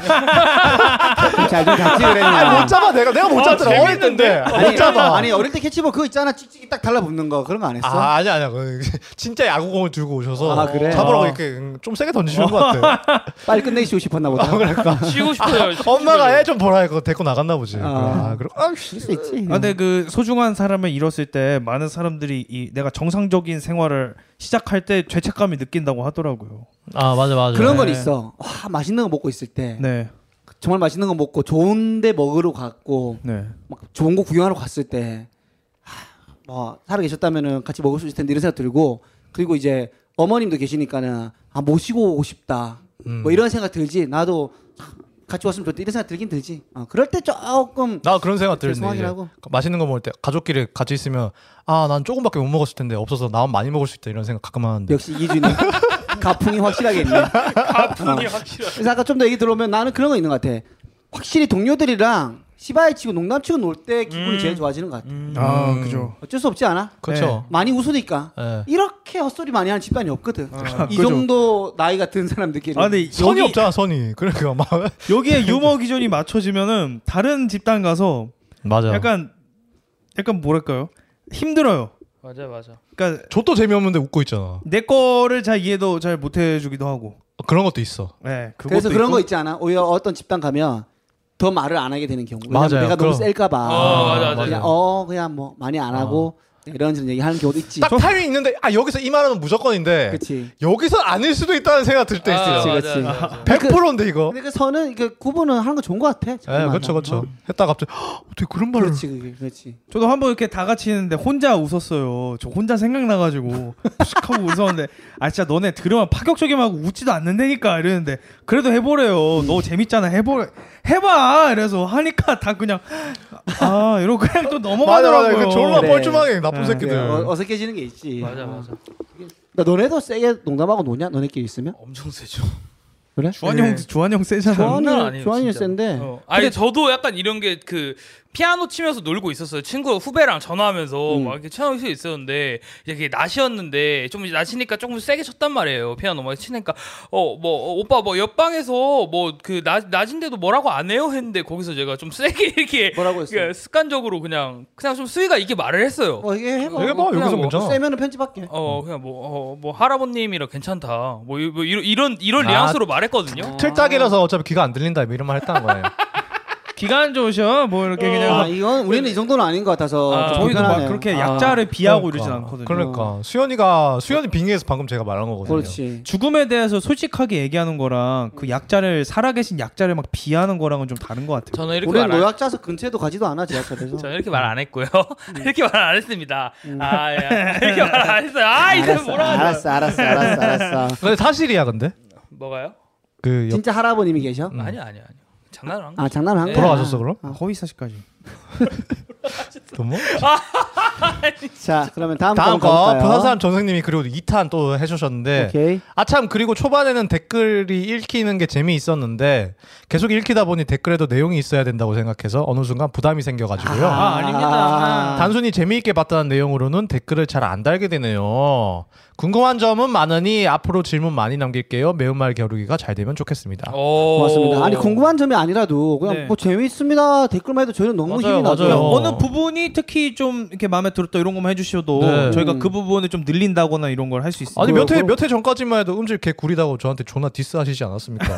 Speaker 3: 아,
Speaker 1: 잘좀 같이 그랬냐.
Speaker 3: 못 잡아 내가 내가 못 잡더라 어,
Speaker 4: 재밌는데?
Speaker 3: 어렸는데 못
Speaker 1: 아니,
Speaker 3: 잡아
Speaker 1: 아니 어릴 때 캐치볼 그거 있잖아 찍찍이 딱 달라붙는 거 그런 거 안 했어?
Speaker 3: 아 아니 아니야 그 진짜 야구공을 들고 오셔서
Speaker 1: 아, 그래?
Speaker 3: 잡으라고
Speaker 2: 아.
Speaker 3: 이렇게 음, 좀 세게 던지시는 것 같아.
Speaker 1: 빨리 끝내시고 싶었나 보다.
Speaker 3: 아,
Speaker 4: 쉬고 싶어요. 아,
Speaker 3: 엄마가 애 좀 보라 이거 데리고 나갔나 보지.
Speaker 1: 아.
Speaker 3: 아 그럼 아씨
Speaker 1: 쉴수 있지.
Speaker 2: 아, 근데 그 소중한 사람을 잃었을 때 많은 사람들이 이 내가 정상적인 생활을 시작할 때 죄책감이 느낀다고 하더라고요.
Speaker 3: 아 맞아 맞아.
Speaker 1: 그런 건
Speaker 2: 네.
Speaker 1: 있어. 와 맛있는 거 먹고 있을 때
Speaker 2: 네,
Speaker 1: 정말 맛있는 거 먹고 좋은데 먹으러 갔고
Speaker 2: 네.
Speaker 1: 막 좋은 거 구경하러 갔을 때, 하, 뭐 살아 계셨다면은 같이 먹을 수 있을 텐데 이런 생각 들고 그리고 이제 어머님도 계시니까는 아 모시고 오고 싶다
Speaker 3: 음.
Speaker 1: 뭐 이런 생각 들지 나도 참 같이 왔으면 좋겠다 이런 생각 들긴 들지. 어, 그럴 때 조금
Speaker 3: 나 그런 생각 들었네. 이제.
Speaker 1: 죄송하기라고.
Speaker 3: 맛있는 거 먹을 때 가족끼리 같이 있으면 아 난 조금밖에 못 먹었을 텐데 없어서 나만 많이 먹을 수 있다 이런 생각 가끔 하는데.
Speaker 1: 역시 이준이 가풍이 확실하게 있네.
Speaker 4: 가풍이 확실하게.
Speaker 1: 그래서 아까 좀 더 얘기 들어보면 나는 그런 거 있는 것 같아. 확실히 동료들이랑 시바이 치고 농담 치고 놀 때 기분이
Speaker 3: 음.
Speaker 1: 제일 좋아지는 것 같아.
Speaker 2: 아, 그죠.
Speaker 1: 어쩔 수 없지 않아?
Speaker 3: 그렇죠.
Speaker 1: 많이 웃으니까.
Speaker 3: 예.
Speaker 1: 이렇게 헛소리 많이 하는 집단이 없거든.
Speaker 3: 아,
Speaker 1: 이
Speaker 2: 그죠.
Speaker 1: 정도 나이 같은 사람들끼리.
Speaker 2: 아, 근데
Speaker 3: 선이
Speaker 2: 여기
Speaker 3: 없잖아 선이. 그러니까 막
Speaker 2: 여기에 유머 기준이 맞춰지면은 다른 집단 가서
Speaker 3: 맞아. 약간
Speaker 2: 약간 약간 뭐랄까요? 힘들어요.
Speaker 4: 맞아 맞아.
Speaker 2: 그러니까
Speaker 3: 저도 재미없는데 웃고 있잖아.
Speaker 2: 내 거를 잘 이해도 잘 못 해주기도 하고.
Speaker 3: 그런 것도 있어.
Speaker 2: 네,
Speaker 1: 그래서 그런 거
Speaker 2: 있고.
Speaker 1: 있지 않아? 오히려 어떤 집단 가면 더 말을 안 하게 되는 경우. 왜냐면
Speaker 3: 맞아요.
Speaker 1: 내가 너무
Speaker 3: 그럼.
Speaker 1: 셀까봐.
Speaker 4: 어, 맞아, 맞아.
Speaker 1: 그냥 어 그냥 뭐 많이 안 하고 이런저런 얘기 하는 경우도 있지.
Speaker 3: 딱 타이밍 있는데 아 여기서 이 말하면 무조건인데
Speaker 1: 그렇지.
Speaker 3: 여기서 아닐 수도 있다는 생각 들 때 있어요.
Speaker 1: 그치,
Speaker 4: 아,
Speaker 1: 그치.
Speaker 4: 맞아, 맞아.
Speaker 3: 100%인데 이거.
Speaker 1: 근데 그 선은 그 구분은 하는 거 좋은 것 같아. 어?
Speaker 3: 예, 그렇죠, 그렇죠. 했다 가 갑자기 "헉, 어떻게 그런 말을?
Speaker 1: 그렇지, 그게, 그렇지.
Speaker 2: 저도 한 번 이렇게 다 같이 있는데 혼자 웃었어요. 저 혼자 생각나가지고 푸식 하고 웃었는데 아 진짜 너네 들으면 파격적이면 웃지도 않는다니까 이러는데 그래도 해보래요. 너 재밌잖아 해보 해봐. 이래서 하니까 다 그냥 아 이러고 그냥 또
Speaker 3: 맞아, 맞아. 네. 그 졸라
Speaker 2: 넘어가더라고요.
Speaker 1: 그래.
Speaker 3: 뻘쭘하게 나쁜 새끼들.
Speaker 1: 그래, 어, 어색해지는 게 있지.
Speaker 4: 맞아 맞아.
Speaker 1: 나 너네도 세게 농담하고 노냐? 너네끼리 있으면?
Speaker 4: 엄청 세죠.
Speaker 1: 그래? 네.
Speaker 2: 주한 형 주한 형 세잖아.
Speaker 4: 장난
Speaker 1: 조한이
Speaker 4: 아니에요,
Speaker 1: 조한이
Speaker 4: 진짜.
Speaker 1: 센데.
Speaker 4: 어. 아니 저도 약간 이런 게 그 피아노 치면서 놀고 있었어요. 친구 후배랑 전화하면서
Speaker 1: 음.
Speaker 4: 막 이렇게 치는 수 있었는데 이제 그게 낮이었는데 좀 이제 낮이니까 조금 세게 쳤단 말이에요. 피아노 막 치니까 어 뭐 오빠 뭐 옆방에서 뭐 그 낮인데도 뭐라고 안 해요 했는데 거기서 제가 좀 세게 이렇게
Speaker 1: 뭐라고 했어?
Speaker 4: 그러니까 습관적으로 그냥 그냥 좀 수위가 이게 말을 했어요.
Speaker 1: 어 이게 해봐.
Speaker 3: 되게 뭐
Speaker 4: 그냥
Speaker 3: 여기서
Speaker 4: 뭐
Speaker 3: 괜찮아.
Speaker 1: 세면은 편집할게.
Speaker 4: 어 그냥 뭐 어 뭐 할아버님이라 괜찮다 뭐, 이- 뭐 이런 이런 이런
Speaker 3: 아.
Speaker 4: 뉘앙스로 말했거든요.
Speaker 3: 틀딱이라서 어차피 귀가 안 들린다 뭐 이런 말 했다는 거예요.
Speaker 2: 기간 좋으셔. 뭐 이렇게 그냥
Speaker 1: 아 이건 우리는 이 정도는 아닌 것 같아서
Speaker 4: 아,
Speaker 1: 좀
Speaker 2: 저희도 막
Speaker 1: 불편하네요.
Speaker 2: 그렇게
Speaker 1: 아,
Speaker 2: 약자를 비하고 이러진 않거든요.
Speaker 3: 그러니까 수현이가 수현이 빙의해서 방금 제가 말한 거거든요.
Speaker 1: 어. 그렇지.
Speaker 4: 아.
Speaker 2: 죽음에 대해서 솔직하게 얘기하는 거랑 그 약자를 살아계신 약자를 막 비하는 거랑은 좀 다른 것 같아요.
Speaker 4: 저는 이렇게
Speaker 1: 우리는
Speaker 4: 말안
Speaker 1: 노약자서 근처에도 가지도 않아 음. 지하철에서.
Speaker 4: 저는 이렇게 말 안 했고요. 이렇게 말 안 했습니다. 아, 예. 이렇게 말 안 했어요. 아, 이제
Speaker 1: 알았어,
Speaker 4: 뭐라 하죠?
Speaker 1: 알았어, 알았어, 알았어, 알았어.
Speaker 3: 근데 사실이야 근데
Speaker 4: 뭐가요?
Speaker 3: 그 옆,
Speaker 1: 진짜 할아버님이 계셔?
Speaker 3: 음.
Speaker 4: 아니요, 아니요, 아니요. 장난을 한 거.
Speaker 1: 아 장난을 한
Speaker 4: 네.
Speaker 1: 거야.
Speaker 3: 돌아가셨어 그럼?
Speaker 2: 아, 허위사실까지.
Speaker 3: 돈 뭐?
Speaker 1: 자 그러면 다음,
Speaker 3: 다음
Speaker 1: 거
Speaker 3: 거
Speaker 1: 볼까요?
Speaker 3: 부산사람 전생님이 그리고 2탄 또 해주셨는데
Speaker 1: 오케이.
Speaker 3: 아 참 그리고 초반에는 댓글이 읽히는 게 재미있었는데 계속 읽히다 보니 댓글에도 내용이 있어야 된다고 생각해서 어느 순간 부담이 생겨가지고요.
Speaker 2: 아, 아닙니다.
Speaker 3: 단순히 재미있게 봤다는 내용으로는 댓글을 잘 안 달게 되네요. 궁금한 점은 많으니 앞으로 질문 많이 남길게요. 매운말 겨루기가 잘 되면 좋겠습니다.
Speaker 4: 오.
Speaker 1: 아, 고맙습니다. 아니 궁금한 점이 아니라도 그냥
Speaker 2: 네.
Speaker 1: 뭐 재미있습니다 댓글만 해도 저희는 너무
Speaker 3: 맞아요,
Speaker 1: 힘이 나죠.
Speaker 3: 맞아요.
Speaker 2: 그러니까 어느 부분이 특히 좀 이렇게 마음에 들었다 이런 것만 해주셔도
Speaker 3: 네.
Speaker 2: 저희가
Speaker 1: 음.
Speaker 2: 그 부분을 좀 늘린다거나 이런 걸 할 수 있어요.
Speaker 3: 아니
Speaker 1: 뭐요,
Speaker 3: 몇 회
Speaker 1: 그럼?
Speaker 3: 몇 회 전까지만 해도 음질 개 구리다고 저한테 존나 디스하시지 않았습니까?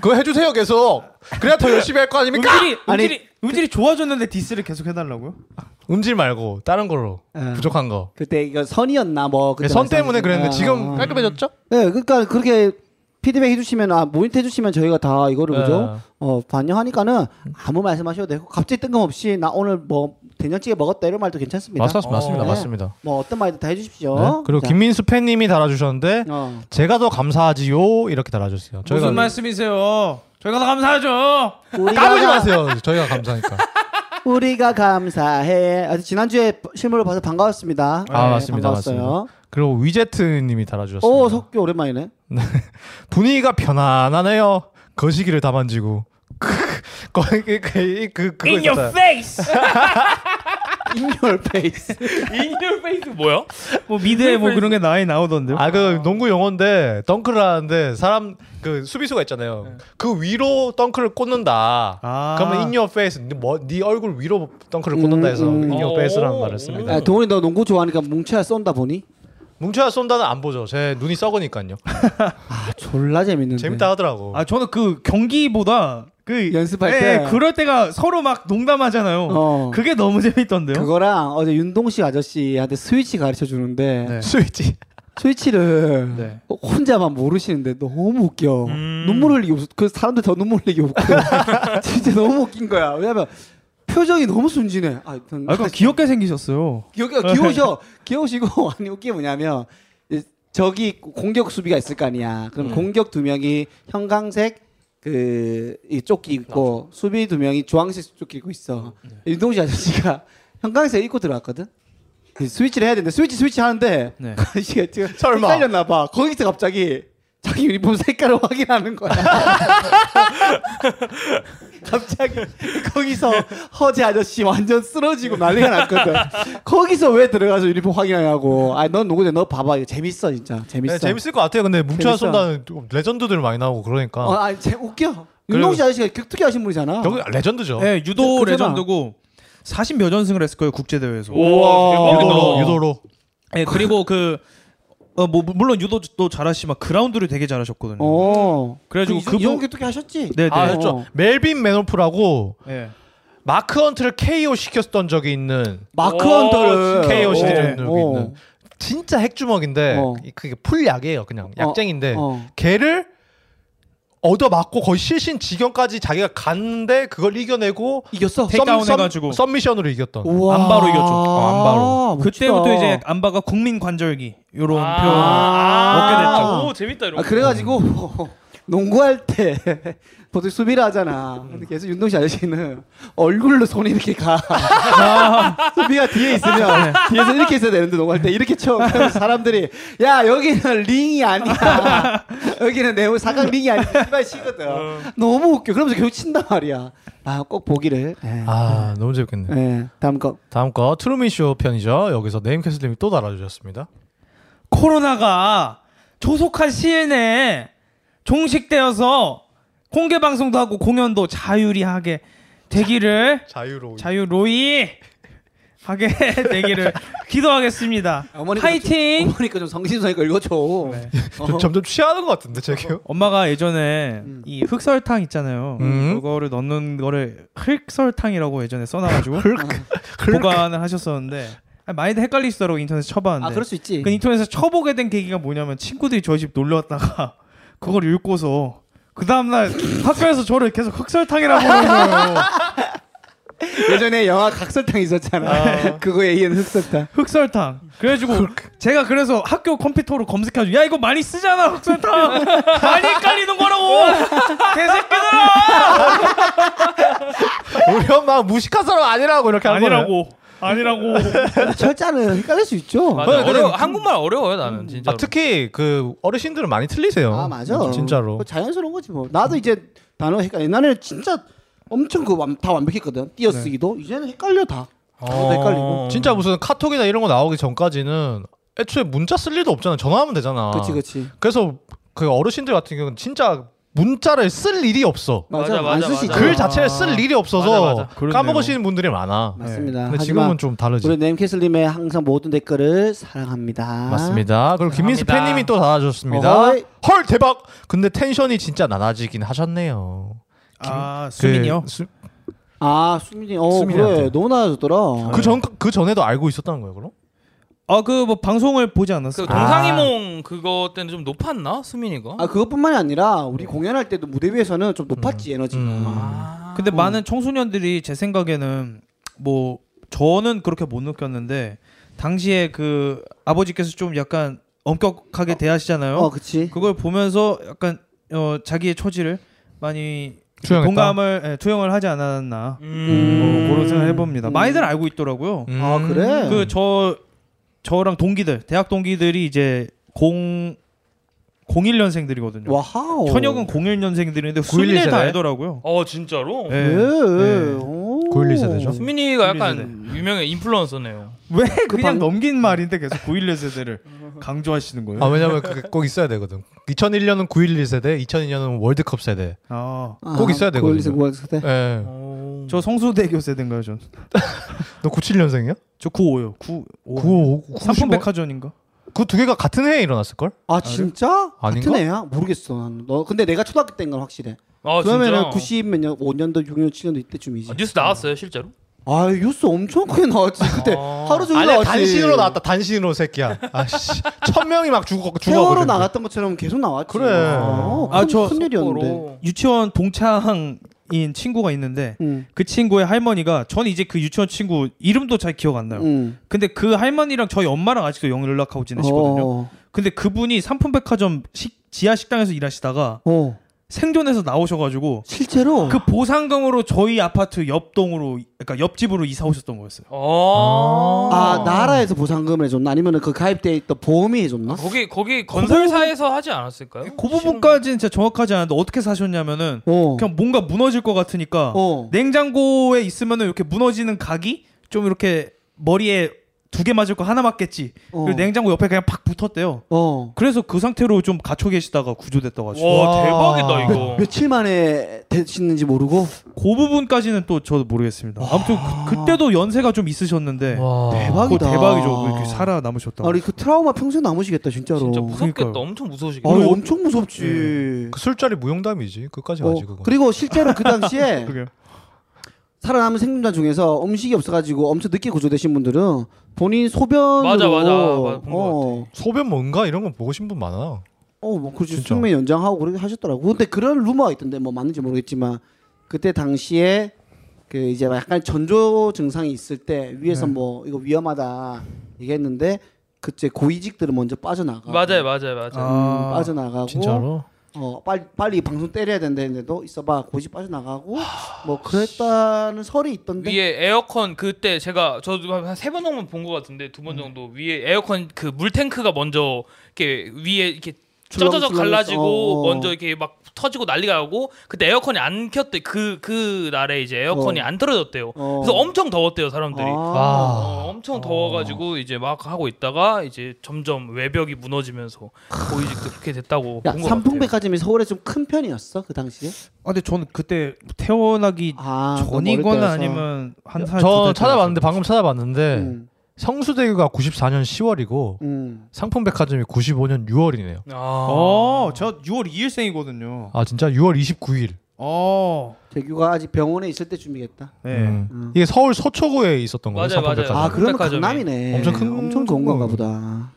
Speaker 3: 그거 해주세요 계속. 그래야 더 열심히 할 거 아닙니까?
Speaker 2: 음질이
Speaker 1: 아니,
Speaker 2: 음질이 음질이 좋아졌는데 디스를 계속 해달라고요?
Speaker 3: 음질 말고 다른 걸로
Speaker 1: 예.
Speaker 3: 부족한 거. 예,
Speaker 1: 그때 이거 선이었나 뭐 그때
Speaker 3: 네, 선
Speaker 1: 말씀하셨으니까.
Speaker 3: 때문에 그랬는데
Speaker 1: 아,
Speaker 3: 지금
Speaker 1: 아.
Speaker 3: 깔끔해졌죠?
Speaker 1: 네, 그러니까 그렇게 피드백 해주시면 아 모니터 해주시면 저희가 다 이거를
Speaker 3: 네.
Speaker 1: 그죠? 어 반영하니까는 아무 말씀하셔도 되고 갑자기 뜬금없이 나 오늘 뭐 된장찌개 먹었다 이런 말도 괜찮습니다.
Speaker 3: 맞, 맞습니다,
Speaker 1: 네.
Speaker 3: 맞습니다.
Speaker 1: 뭐 어떤 말도 다 해주십시오.
Speaker 3: 네. 그리고
Speaker 1: 자,
Speaker 3: 김민수 팬님이 달아주셨는데
Speaker 1: 어.
Speaker 3: 제가 더 감사하지요 이렇게 달아주세요. 저희가 네.
Speaker 2: 무슨 말씀이세요? 저희가 다 감사하죠.
Speaker 3: 까불지
Speaker 1: 우리가,
Speaker 3: 마세요. 저희가 감사하니까.
Speaker 1: 우리가 감사해. 아, 지난주에 실물을 봐서 반가웠습니다.
Speaker 3: 아, 맞습니다,
Speaker 1: 반가웠어요.
Speaker 3: 그리고 위제트님이 달아주셨습니다.
Speaker 1: 오 어, 석규 오랜만이네.
Speaker 3: 분위기가 편안하네요. 거시기를 다 만지고. 거의 그, 그, 그, 그거
Speaker 6: In your
Speaker 3: 있잖아요.
Speaker 6: face.
Speaker 1: 인열 페이스.
Speaker 4: 인류 페이스 뭐요?
Speaker 2: 뭐 미드에 뭐 그런 게 나이 나오던데요.
Speaker 3: 아, 그 농구 용어인데 덩크를 하는데 사람 그 수비수가 있잖아요. 그 위로 덩크를 꽂는다.
Speaker 2: 아.
Speaker 3: 그러면 in your face, 네, 뭐, 네 얼굴 위로 덩크를 꽂는다 해서 어.
Speaker 1: 음, 음.
Speaker 3: in your face라는
Speaker 4: 오,
Speaker 3: 말을 씁니다.
Speaker 1: 아, 동훈이 너 농구 좋아하니까 뭉쳐야 쏜다 보니
Speaker 3: 뭉쳐야 쏜다는 안 보죠. 제 눈이 썩으니까요.
Speaker 1: 아 졸라 재밌는데.
Speaker 3: 재밌다 하더라고.
Speaker 2: 아 저는 그 경기보다 그
Speaker 1: 연습할
Speaker 2: 예,
Speaker 1: 때.
Speaker 2: 예, 그럴 때가 서로 막 농담하잖아요.
Speaker 1: 어.
Speaker 2: 그게 너무 재밌던데요.
Speaker 1: 그거랑 어제 윤동식 아저씨한테 스위치 가르쳐 주는데
Speaker 2: 네.
Speaker 3: 스위치.
Speaker 1: 스위치를
Speaker 2: 네.
Speaker 1: 어, 혼자만 모르시는데 너무 웃겨. 눈물 흘리기 없어. 그 사람들 더 눈물 흘리기 없고. 진짜 너무 웃긴 거야. 왜냐면 표정이 너무 순진해. 아, 일단
Speaker 2: 아, 그 귀엽게 생기셨어요.
Speaker 1: 여기가
Speaker 3: 네.
Speaker 1: 귀여우셔. 귀여우시고 아니 웃긴 게 뭐냐면 이- 저기 공격 수비가 있을 거 아니야. 그럼
Speaker 3: 음.
Speaker 1: 공격 두 명이 형광색 그이 조끼 입고 수비 두 명이 주황색 조끼 입고 있어.
Speaker 3: 네.
Speaker 1: 윤동식 아저씨가 형광색 입고 들어왔거든. 이 스위치를 해야 되는데 스위치 스위치 하는데
Speaker 2: 네.
Speaker 1: 그 아저씨가 지금
Speaker 3: 설마.
Speaker 1: 헷갈렸나 봐. 거기서 갑자기 자기 유니폼 색깔을 확인하는 거야. 갑자기 거기서 허재 아저씨 완전 쓰러지고 난리가 났거든. 거기서 왜 들어가서 유니폼 확인하냐고. 아, 넌 누구냐? 너 봐봐. 이거 재밌어, 진짜. 재밌어.
Speaker 3: 네, 재밌을 것 같아요. 근데 뭉쳐야
Speaker 1: 재밌어.
Speaker 3: 쏜다는 레전드들 많이 나오고 그러니까.
Speaker 1: 어, 아, 재 웃겨. 윤동식 아저씨가 격투기 하신 분이잖아.
Speaker 3: 여기 레전드죠.
Speaker 2: 예, 유도
Speaker 1: 그- 그잖아.
Speaker 2: 레전드고 40몇 연승을 했을 거예요 국제 대회에서.
Speaker 4: 우와,
Speaker 3: 어. 유도로
Speaker 4: 대박이다.
Speaker 3: 유도로.
Speaker 2: 예, 그리고 그 어, 뭐, 물론 유도도 잘하시지만 그라운드를 되게 잘하셨거든요.
Speaker 1: 어.
Speaker 2: 그래가지고
Speaker 1: 그
Speaker 2: 그분-
Speaker 1: 이종 격투기 하셨지?
Speaker 2: 네, 네.
Speaker 3: 아, 했죠. 멜빈 맨오프라고
Speaker 2: 예.
Speaker 3: 그렇죠. 마크 헌트를 KO 시켰던 적이 있는
Speaker 1: 마크
Speaker 4: 오,
Speaker 1: 헌터를
Speaker 3: KO
Speaker 1: 어,
Speaker 3: 시켰던 적이
Speaker 1: 어.
Speaker 3: 있는 진짜 핵주먹인데
Speaker 1: 어.
Speaker 3: 이- 그게 풀약이에요 그냥
Speaker 1: 어,
Speaker 3: 약쟁인데
Speaker 1: 어.
Speaker 3: 걔를 얻어맞고 거의 실신 지경까지 자기가 갔는데 그걸 이겨내고
Speaker 1: 이겼어.
Speaker 2: 테이크다운
Speaker 3: 썸- 썸-
Speaker 2: 해가지고.
Speaker 3: 썸미션으로 이겼던
Speaker 1: 우와.
Speaker 2: 안바로 이겼죠.
Speaker 3: 어, 안바로.
Speaker 1: 아, 멋지다.
Speaker 2: 그때부터 이제 안바가 국민 관절기 요런
Speaker 4: 아,
Speaker 2: 표현
Speaker 4: 아,
Speaker 1: 얻게 됐죠.
Speaker 4: 오 재밌다 이런
Speaker 1: 아,
Speaker 4: 거.
Speaker 1: 그래가지고
Speaker 2: 음.
Speaker 1: 농구할 때 보통 수비를 하잖아.
Speaker 2: 음.
Speaker 1: 근데 계속 윤동씨 아저씨는 얼굴로 손이 이렇게 가.
Speaker 2: 아.
Speaker 1: 수비가 뒤에
Speaker 2: 네.
Speaker 1: 있으면 뒤에서 이렇게 있어야 되는데 농구할 때 이렇게 쳐. 그러면 사람들이 야 여기는 링이 아니야. 여기는 내 사각 링이 아니야. 이발 치거든.
Speaker 2: 어.
Speaker 1: 너무 웃겨. 그러면서 결국 친단 말이야. 아 꼭 보기를. 예.
Speaker 3: 아 너무 재밌겠네
Speaker 1: 예. 다음 거.
Speaker 3: 다음 거 트루미쇼 편이죠 여기서 네임캐슬님이 또 달아주셨습니다
Speaker 2: 코로나가 조속한 시일 내에 종식되어서 공개 방송도 하고 공연도 자유리하게 되기를
Speaker 3: 자유로운
Speaker 2: 자유로이 하게 되기를 기도하겠습니다.
Speaker 1: 어머니가
Speaker 2: 파이팅!
Speaker 1: 좀, 어머니까 좀 정신상이니까 읽어줘.
Speaker 2: 네.
Speaker 3: 저- 점점 취하는 것 같은데 제게요
Speaker 2: 엄마가 예전에
Speaker 1: 음.
Speaker 2: 이 흑설탕 있잖아요.
Speaker 3: 음.
Speaker 2: 그거를 넣는 거를 흑설탕이라고 예전에 써놔가지고
Speaker 1: 음.
Speaker 3: 흑.
Speaker 2: 보관을 하셨었는데 아, 많이들 헷갈리시더라고 인터넷 쳐봤는데.
Speaker 1: 아 그럴 수 있지.
Speaker 2: 그 인터넷에서 쳐보게 된 계기가 뭐냐면 친구들이 저희 집 놀러 왔다가 그걸 읽고서 그 다음날 학교에서 저를 계속 흑설탕이라고 하는 거예요.
Speaker 1: 예전에 영화 각설탕 있었잖아. 그거에 의한 흑설탕.
Speaker 2: 흑설탕. 그래가지고 제가 그래서 학교 컴퓨터로 검색해가지고 야 이거 많이 쓰잖아 흑설탕. 많이 헷갈리는 거라고. 개새끼들아.
Speaker 3: 우리 엄마 무식한 사람 아니라고
Speaker 2: 그러니까
Speaker 3: 이렇게 한 거네
Speaker 2: 아니라고. 아니라고.
Speaker 1: 철자는 헷갈릴 수 있죠.
Speaker 4: 맞아.
Speaker 3: 어, 근데
Speaker 4: 어려워.
Speaker 3: 그-
Speaker 4: 한국말 어려워요
Speaker 1: 음.
Speaker 4: 나는 진짜.
Speaker 3: 아, 특히 그 어르신들은 많이 틀리세요
Speaker 1: 아 맞아.
Speaker 3: 음, 진짜로
Speaker 1: 그거 자연스러운 거지 뭐. 나도 이제 단어 헷갈. 옛날에는 진짜 엄청 그다 완벽했거든. 띄어쓰기도 이제는 아, 헷갈려 다.
Speaker 3: 어,
Speaker 1: 헷갈리고.
Speaker 3: 진짜 무슨 카톡이나 이런 거 나오기 전까지는 애초에 문자 쓸 일도 없잖아. 전화하면 되잖아.
Speaker 1: 그렇지 그렇지.
Speaker 3: 그래서 그 어르신들 같은 경우는 진짜 문자를 쓸 일이 없어.
Speaker 1: 맞아
Speaker 4: 맞아,
Speaker 1: 안
Speaker 4: 맞아,
Speaker 1: 쓰시죠.
Speaker 4: 맞아.
Speaker 3: 글그 자체를 쓸 일이
Speaker 4: 맞아,
Speaker 3: 없어서
Speaker 4: 맞아.
Speaker 2: 그렇네요.
Speaker 3: 까먹으시는 분들이 많아.
Speaker 1: 맞습니다.
Speaker 3: 네. 근데
Speaker 1: 하지만
Speaker 3: 지금은 좀 다르지.
Speaker 1: 우리 네임캐슬님의 항상 모든 댓글을 사랑합니다.
Speaker 3: 맞습니다. 그리고 김민수
Speaker 4: 감사합니다.
Speaker 3: 팬님이 또 달아주셨습니다.
Speaker 1: 어허이.
Speaker 3: 헐 대박. 근데 텐션이 진짜 낮아지긴 하셨네요.
Speaker 2: 아 수민이요.
Speaker 3: 그, 수,
Speaker 1: 아 수민이, 어
Speaker 3: 수민이한테.
Speaker 1: 그래 너무 나아졌더라.
Speaker 3: 그 전, 그 전에도 알고 있었다는 거예요, 그럼?
Speaker 2: 아 그 뭐 방송을 보지
Speaker 4: 그
Speaker 2: 않았어요.
Speaker 3: 아.
Speaker 4: 동상이몽 그거 때는 좀 높았나 수민이가?
Speaker 1: 아 그것뿐만이 아니라 우리 공연할 때도 무대 위에서는 좀 높았지 에너지가.
Speaker 3: 음.
Speaker 4: 아.
Speaker 2: 근데
Speaker 1: 어.
Speaker 2: 많은 청소년들이 제 생각에는 뭐 저는 그렇게 못 느꼈는데 당시에 그 아버지께서 좀 약간 엄격하게 대하시잖아요.
Speaker 1: 어 그치.
Speaker 2: 그걸 보면서 약간 어, 자기의 처지를 많이
Speaker 3: 투영했다?
Speaker 2: 공감을 예, 투영을 하지 않았나
Speaker 4: 음.
Speaker 2: 뭐 그런 생각 을 해봅니다.
Speaker 1: 음.
Speaker 2: 많이들 알고 있더라고요.
Speaker 3: 음.
Speaker 1: 아 그래.
Speaker 2: 그 저 저랑 동기들 대학 동기들이 이제 공 01년생들이거든요.
Speaker 1: 와우.
Speaker 2: 현역은 01년생들인데
Speaker 3: 91
Speaker 2: 수민을 다
Speaker 3: 세대?
Speaker 2: 알더라고요.
Speaker 4: 어 진짜로?
Speaker 3: 네.
Speaker 2: 예.
Speaker 1: 예.
Speaker 2: 예.
Speaker 1: 오.
Speaker 3: 9.11 세대죠?
Speaker 4: 수민이가
Speaker 2: 수민이
Speaker 4: 약간 유명한 인플루언서네요.
Speaker 2: 왜 그냥
Speaker 1: 방-
Speaker 2: 어. 넘긴 말인데 계속 9.11 세대를 강조하시는 거예요?
Speaker 3: 아 왜냐면 그게 꼭 있어야 되거든. 2001년은 9.11 세대, 2002년은 월드컵 세대.
Speaker 2: 아,
Speaker 3: 꼭 있어야 되거든요.
Speaker 1: 고 세대.
Speaker 3: 예.
Speaker 2: 저 성수대교 세대인가요, 전?
Speaker 3: 너 97년생이야?
Speaker 2: 저 95요. 9 5.
Speaker 3: 95.
Speaker 2: 삼풍백화점인가?
Speaker 3: 그두 개가 같은 해에 일어났을 걸?
Speaker 1: 아 진짜?
Speaker 3: 네. 아닌가?
Speaker 1: 같은 애야? 모르겠어. 난. 너 근데 내가 초등학교 때인 건 확실해.
Speaker 4: 아
Speaker 1: 그러면은
Speaker 4: 진짜?
Speaker 1: 90몇 년, 5년도, 6년, 7년도 이때쯤이지.
Speaker 4: 아, 뉴스 나왔어요 실제로?
Speaker 1: 아 뉴스 엄청 크게 나왔지. 그때
Speaker 4: 아.
Speaker 1: 하루 종일
Speaker 3: 아니야
Speaker 1: 나왔지.
Speaker 3: 단신으로 나왔다. 단신으로 새끼야. 아씨 천 명이 막 죽어 죽어.
Speaker 1: 세월호 나갔던 것처럼 계속 나왔지.
Speaker 3: 그래.
Speaker 1: 아,
Speaker 2: 아,
Speaker 1: 큰,
Speaker 2: 저
Speaker 1: 큰 일이었는데.
Speaker 4: 거로.
Speaker 2: 유치원 동창인 친구가 있는데
Speaker 1: 응.
Speaker 2: 그 친구의 할머니가 전 이제 그 유치원 친구 이름도 잘 기억 안 나요.
Speaker 1: 응.
Speaker 2: 근데 그 할머니랑 저희 엄마랑 아직도 영 연락하고 지내시거든요.
Speaker 1: 어.
Speaker 2: 근데 그분이 삼풍백화점 식- 지하 식당에서 일하시다가
Speaker 1: 어.
Speaker 2: 생존해서 나오셔가지고
Speaker 1: 실제로.
Speaker 2: 그 보상금으로 저희 아파트 옆동으로 그러니까 옆집으로 이사 오셨던 거였어요.
Speaker 4: 아.
Speaker 1: 아 나라에서 보상금을 해줬나? 아니면은 그 가입돼 있던 보험이 해줬나?
Speaker 4: 거기 거기 건설사에서 하지 않았을까요?
Speaker 2: 그 부분까지는 진짜 정확하지 않은데 어떻게 사셨냐면은
Speaker 1: 어.
Speaker 2: 그냥 그- 뭔가 무너질 것 같으니까
Speaker 1: 어.
Speaker 2: 냉장고에 있으면은 이렇게 무너지는 각이 좀 이렇게 머리에 두 개 맞을 거 하나 맞겠지.
Speaker 1: 어.
Speaker 2: 그리고 냉장고 옆에 그냥 팍 붙었대요.
Speaker 1: 어.
Speaker 2: 그래서 그 상태로 좀 갇혀 계시다가 구조됐다가지고
Speaker 4: 와
Speaker 3: 와.
Speaker 4: 대박이다 이거.
Speaker 1: 며칠 만에 되시는지 모르고
Speaker 2: 그 부분까지는 또 저도 모르겠습니다. 아무튼 그, 때도 연세가 좀 있으셨는데 그거
Speaker 1: 대박이다.
Speaker 2: 대박이죠. 이렇게 살아 남으셨다.
Speaker 1: 아니 그 트라우마 평생 남으시겠다 진짜로.
Speaker 4: 진짜 예. 무섭겠다.
Speaker 2: 그러니까요.
Speaker 4: 엄청
Speaker 1: 아
Speaker 4: 무서우시겠다.
Speaker 1: 이거 엄청 무섭지.
Speaker 3: 그 술자리 무용담이지. 끝까지
Speaker 1: 어,
Speaker 3: 가지 그거.
Speaker 1: 그리고 실제로 그 당시에 살아남은 생존자 중에서 음식이 없어가지고 엄청 늦게 구조되신 분들은 본인 소변으로
Speaker 4: 맞아, 맞아. 맞아, 본것
Speaker 1: 어,
Speaker 3: 소변 뭔가 이런 거 보고 싶은 분 많아.
Speaker 1: 어, 뭐 그렇지
Speaker 3: 진짜.
Speaker 1: 숙면 연장하고 그렇게 하셨더라고. 근데 그런 루머가 있던데 뭐 맞는지 모르겠지만 그때 당시에 그 이제 막 약간 전조 증상이 있을 때
Speaker 2: 네.
Speaker 1: 위에서 뭐 이거 위험하다 얘기했는데 그때 고위직들은 먼저 빠져나가.
Speaker 4: 맞아요, 맞아요, 맞아요.
Speaker 2: 아,
Speaker 1: 빠져나가고
Speaker 3: 진짜로?
Speaker 1: 어 빨리 빨리 방송 때려야 된다 했는데도 있어봐 고집 빠져나가고 뭐 그랬다는 설이 있던데
Speaker 4: 위에 에어컨 그때 제가 저도 한 세 번 정도 본 것 같은데 두
Speaker 1: 음.
Speaker 4: 번 정도 위에 에어컨 그 물탱크가 먼저 이렇게 위에 이렇게 쪄져서
Speaker 1: 줄렁줄렁해서,
Speaker 4: 갈라지고
Speaker 1: 어, 어.
Speaker 4: 먼저 이렇게 막 터지고 난리가 나고 그때 에어컨이 안 켰대 그그 날에 이제 에어컨이
Speaker 1: 어.
Speaker 4: 안 틀어졌대요.
Speaker 1: 어.
Speaker 4: 뭐 그래서 엄청 더웠대요 사람들이.
Speaker 1: 아.
Speaker 4: 어, 엄청 더워가지고 이제 막 하고 있다가 이제 점점 외벽이 무너지면서 고위직도 뭐 그렇게 됐다고
Speaker 1: 야
Speaker 4: 본 것 같아요.
Speaker 1: 삼풍백화점이 서울에 좀 큰 편이었어 그 당시에
Speaker 2: 아, 근데 저는 그때 태어나기
Speaker 1: 아 너무
Speaker 2: 전이거나
Speaker 1: 어릴 때라서.
Speaker 2: 아니면 한 살.
Speaker 3: 저
Speaker 2: 저
Speaker 3: 찾아봤는데 방금 찾아봤는데
Speaker 1: 음,
Speaker 3: 성수대교가 94년 10월이고
Speaker 1: 음.
Speaker 3: 상품백화점이 95년 6월이네요.
Speaker 4: 아.
Speaker 2: 어, 저 6월 2일생이거든요.
Speaker 3: 아 진짜 6월 29일.
Speaker 2: 어,
Speaker 1: 재규가 아직 병원에 있을 때 준비했다
Speaker 2: 네.
Speaker 3: 음.
Speaker 1: 음.
Speaker 3: 이게 서울 서초구에 있었던 거예요.
Speaker 4: 맞아요, 맞아요.
Speaker 3: 상품백화점.
Speaker 1: 아 그러면
Speaker 4: 백화점이.
Speaker 1: 강남이네
Speaker 3: 엄청 큰
Speaker 1: 엄청 좋은 건가
Speaker 3: 거구나.
Speaker 1: 보다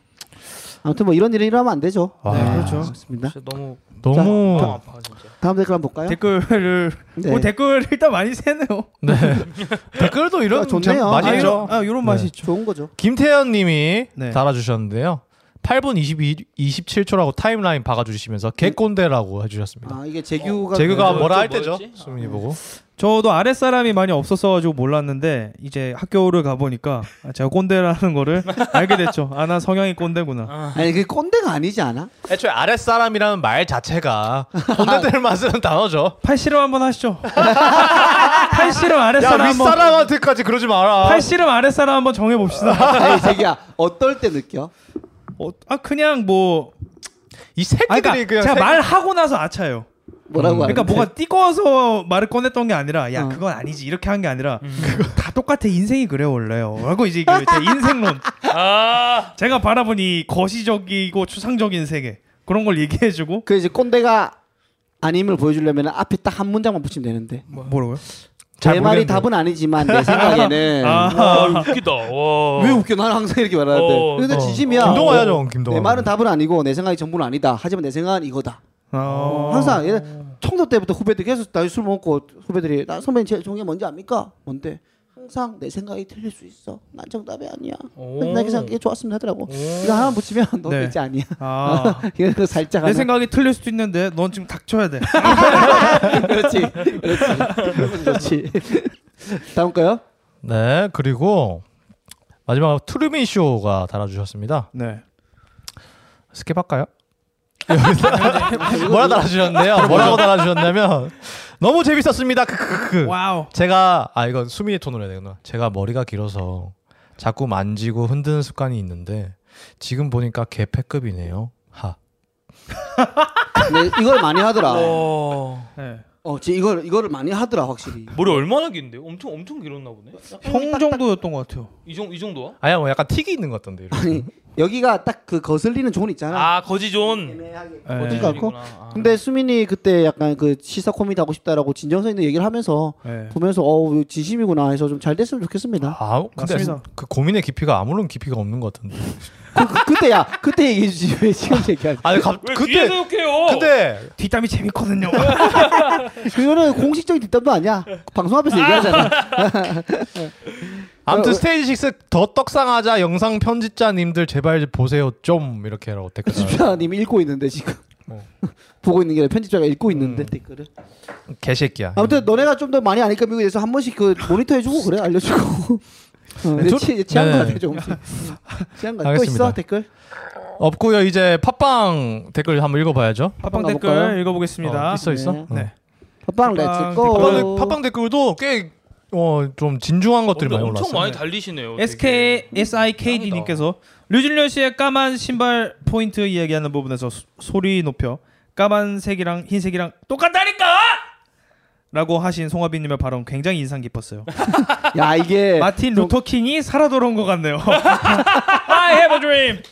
Speaker 1: 아무튼 뭐 이런 일이 일어나면 안 되죠
Speaker 3: 아,
Speaker 2: 네, 그렇죠.
Speaker 1: 그렇습니다
Speaker 4: 진짜 너무
Speaker 1: 네?
Speaker 3: 너무
Speaker 2: 어.
Speaker 4: 너무 아파 진짜.
Speaker 1: 다음 댓글 한번 볼까요
Speaker 2: 댓글을
Speaker 1: 네.
Speaker 2: 뭐 댓글 일단 많이 세네요.
Speaker 3: 네. 댓글도 이런
Speaker 1: 아, 좋네요.
Speaker 3: 참 많이
Speaker 1: 아,
Speaker 3: 있죠.
Speaker 2: 이런- 아, 이런
Speaker 3: 네.
Speaker 2: 맛이 있죠.
Speaker 1: 좋은 거죠
Speaker 3: 김태현 님이
Speaker 2: 네.
Speaker 3: 달아주셨는데요. 8분 22, 27초라고 타임라인 박아주시면서 개꼰대라고 해주셨습니다.
Speaker 1: 아 이게 재규가
Speaker 3: 제그가
Speaker 4: 그-
Speaker 3: 뭐라 할
Speaker 4: 저
Speaker 3: 때죠?
Speaker 4: 뭐였지?
Speaker 2: 아.
Speaker 3: 수민이 보고.
Speaker 2: 저도 아랫사람이 많이 없었어가지고 몰랐는데 이제 학교를 가보니까 아, 제가 꼰대라는 거를 알게 됐죠. 아 나 성향이 꼰대구나.
Speaker 1: 아니 그 꼰대가 아니지 않아?
Speaker 3: 애초에 아랫사람이라는 말 자체가 꼰대들만 쓰는 단어죠.
Speaker 2: 팔씨름 한번 하시죠. 팔씨름
Speaker 3: 야,
Speaker 2: 아랫사람 한번.
Speaker 3: 윗사람한테까지 그러지 마라.
Speaker 2: 팔씨름 아랫사람 한번 정해봅시다.
Speaker 1: 아니 재규야 어떨 때 느껴?
Speaker 2: 어, 아 그냥 뭐.
Speaker 3: 이
Speaker 2: 아,
Speaker 3: 새끼들이
Speaker 2: 그러니까
Speaker 3: 그냥
Speaker 2: 제가
Speaker 3: 새-
Speaker 2: 말하고 나서 아차요.
Speaker 1: 뭐라고 하는데?
Speaker 2: 그러니까 뭐가 띠꺼워서 말을 꺼냈던 게 아니라 야
Speaker 1: 네. 어.
Speaker 2: 그건 아니지 이렇게 한 게 아니라 그거 다 똑같아 인생이 그래 원래요. 라고 이제 그 제 인생론
Speaker 4: 아,
Speaker 2: 제가 바라본 이 거시적이고 추상적인 세계 그런 걸 얘기해주고
Speaker 1: 그 이제 꼰대가 아님을 보여주려면 앞에 딱 한 문장만 붙이면 되는데
Speaker 2: 뭐라고요?
Speaker 3: 잘
Speaker 1: 제 말이
Speaker 3: 모르겠네요.
Speaker 1: 답은 아니지만 내 생각에는
Speaker 4: 아 웃기다. 와.
Speaker 1: 왜 웃겨? 나는 항상 이렇게 말하는데
Speaker 4: 어,
Speaker 1: 근데
Speaker 3: 어.
Speaker 1: 진심이야
Speaker 3: 김동완이야,
Speaker 1: 어.
Speaker 2: 뭐
Speaker 3: 저건 김동완.
Speaker 1: 내 말은 답은 아니고 내 생각이 전부는 아니다 하지만 내 생각은 이거다
Speaker 2: 아.
Speaker 1: 항상 얘 청도 때부터 후배들 계속 나이 술 먹고 후배들이 나 선배님 제 종이 뭔지 압니까? 뭔데? 항상 내 생각이 틀릴 수 있어 난 정답이 아니야
Speaker 4: 오.
Speaker 1: 나 그냥 이게 좋았으면 하더라고 이거 하나 붙이면 너
Speaker 2: 네.
Speaker 1: 이제 아니야
Speaker 2: 아.
Speaker 1: 이거 살짝
Speaker 2: 내
Speaker 1: 하나
Speaker 2: 생각이 틀릴 수도 있는데 넌 지금 닥쳐야 돼.
Speaker 1: 그렇지. 그렇지. 그렇지. 다음 거요?
Speaker 3: 네, 그리고 마지막으로 트루미 쇼가 달아주셨습니다.
Speaker 2: 네.
Speaker 3: 스킵할까요? 뭐라 달아주셨는데요? 뭐라고 달아주셨냐면 너무 재밌었습니다. 크크크.
Speaker 2: 와우.
Speaker 3: 제가 아 이건 수민이 톤으로 해야 되구나. 제가 머리가 길어서 자꾸 만지고 흔드는 습관이 있는데 지금 보니까 개패급이네요. 하.
Speaker 1: 근데 네, 이걸 많이
Speaker 4: 어.
Speaker 1: 하더라.
Speaker 4: 와.
Speaker 2: 네.
Speaker 1: 어, 지 이걸 이거를 많이 하더라 확실히.
Speaker 4: 머리 얼마나 긴데요? 엄청 엄청 길었나 보네.
Speaker 2: 형 정도였던 것 같아요.
Speaker 4: 이정 이 정도야?
Speaker 3: 아야 뭐 약간 틱이 있는 것 같던데. 이런.
Speaker 1: 아니 여기가 딱 그 거슬리는 존 있잖아.
Speaker 4: 아 거지존. 아.
Speaker 1: 애매하게.
Speaker 2: 네.
Speaker 1: 어디
Speaker 3: 그러니까
Speaker 2: 거지존이구나.
Speaker 1: 갖고?
Speaker 3: 아,
Speaker 1: 근데
Speaker 3: 네.
Speaker 1: 수민이 그때 약간 그 시사 코미디 하고 싶다라고 진정성 있는 얘기를 하면서
Speaker 2: 네.
Speaker 1: 보면서 어우 진심이구나 해서 좀 잘 됐으면 좋겠습니다.
Speaker 3: 아 근데
Speaker 2: 맞습니다.
Speaker 3: 그 고민의 깊이가 아무런 깊이가 없는 것 같은데.
Speaker 1: 그, 때야 그때 얘기해 주지 왜 지금 얘기하지?
Speaker 3: 아니 갑
Speaker 4: 왜 뒤에서
Speaker 3: 그때
Speaker 4: 욕해요?
Speaker 3: 그때
Speaker 2: 뒷담이 재밌거든요.
Speaker 1: 그거는 공식적인 뒷담도 아니야. 방송 앞에서 얘기하잖아.
Speaker 3: 아무튼
Speaker 1: 어, 어.
Speaker 3: 스테이지 6 더 떡상하자 영상 편집자님들 제발 좀 보세요 좀 이렇게라고 댓글 달아요.
Speaker 1: 집사님 읽고 있는데 지금
Speaker 3: 어.
Speaker 1: 보고 있는 게 아니라 편집자가
Speaker 3: 음.
Speaker 1: 읽고 있는데 댓글을.
Speaker 3: 개새끼야.
Speaker 1: 아무튼 너네가 좀 더 많이 아니까 미국에서 한 번씩 그 모니터 해주고 그래 알려주고. 어, 근데
Speaker 3: 저-
Speaker 1: 취, 취한
Speaker 3: 네.
Speaker 1: 거 같아 조금씩. 취한 거. 또
Speaker 3: 알겠습니다.
Speaker 1: 있어 댓글?
Speaker 3: 없고요 이제 팟빵 댓글 한번 읽어봐야죠.
Speaker 2: 팝빵
Speaker 1: 한번
Speaker 2: 댓글
Speaker 1: 가볼까요?
Speaker 2: 읽어보겠습니다.
Speaker 3: 어, 있어 있어.
Speaker 1: 네.
Speaker 3: 네.
Speaker 1: 팟빵
Speaker 2: 팟빵
Speaker 1: 렛츠고.
Speaker 3: 아, 팟빵, 팟빵 댓글도 꽤 어 좀 진중한 것들이
Speaker 4: 근데
Speaker 3: 많이
Speaker 4: 엄청
Speaker 3: 올라왔어요.
Speaker 4: 많이 달리시네요. 되게.
Speaker 2: SK SIKD님께서 류준열 씨의 까만 신발 포인트 이야기하는 부분에서 소- 소리 높여 까만색이랑 흰색이랑 똑같다니까! 라고 하신 송하빈님의 발언 굉장히 인상 깊었어요.
Speaker 1: 야 이게
Speaker 2: 마틴
Speaker 1: 네. 좀-
Speaker 2: 루터킹이 살아 돌아온 것 같네요. I have a dream.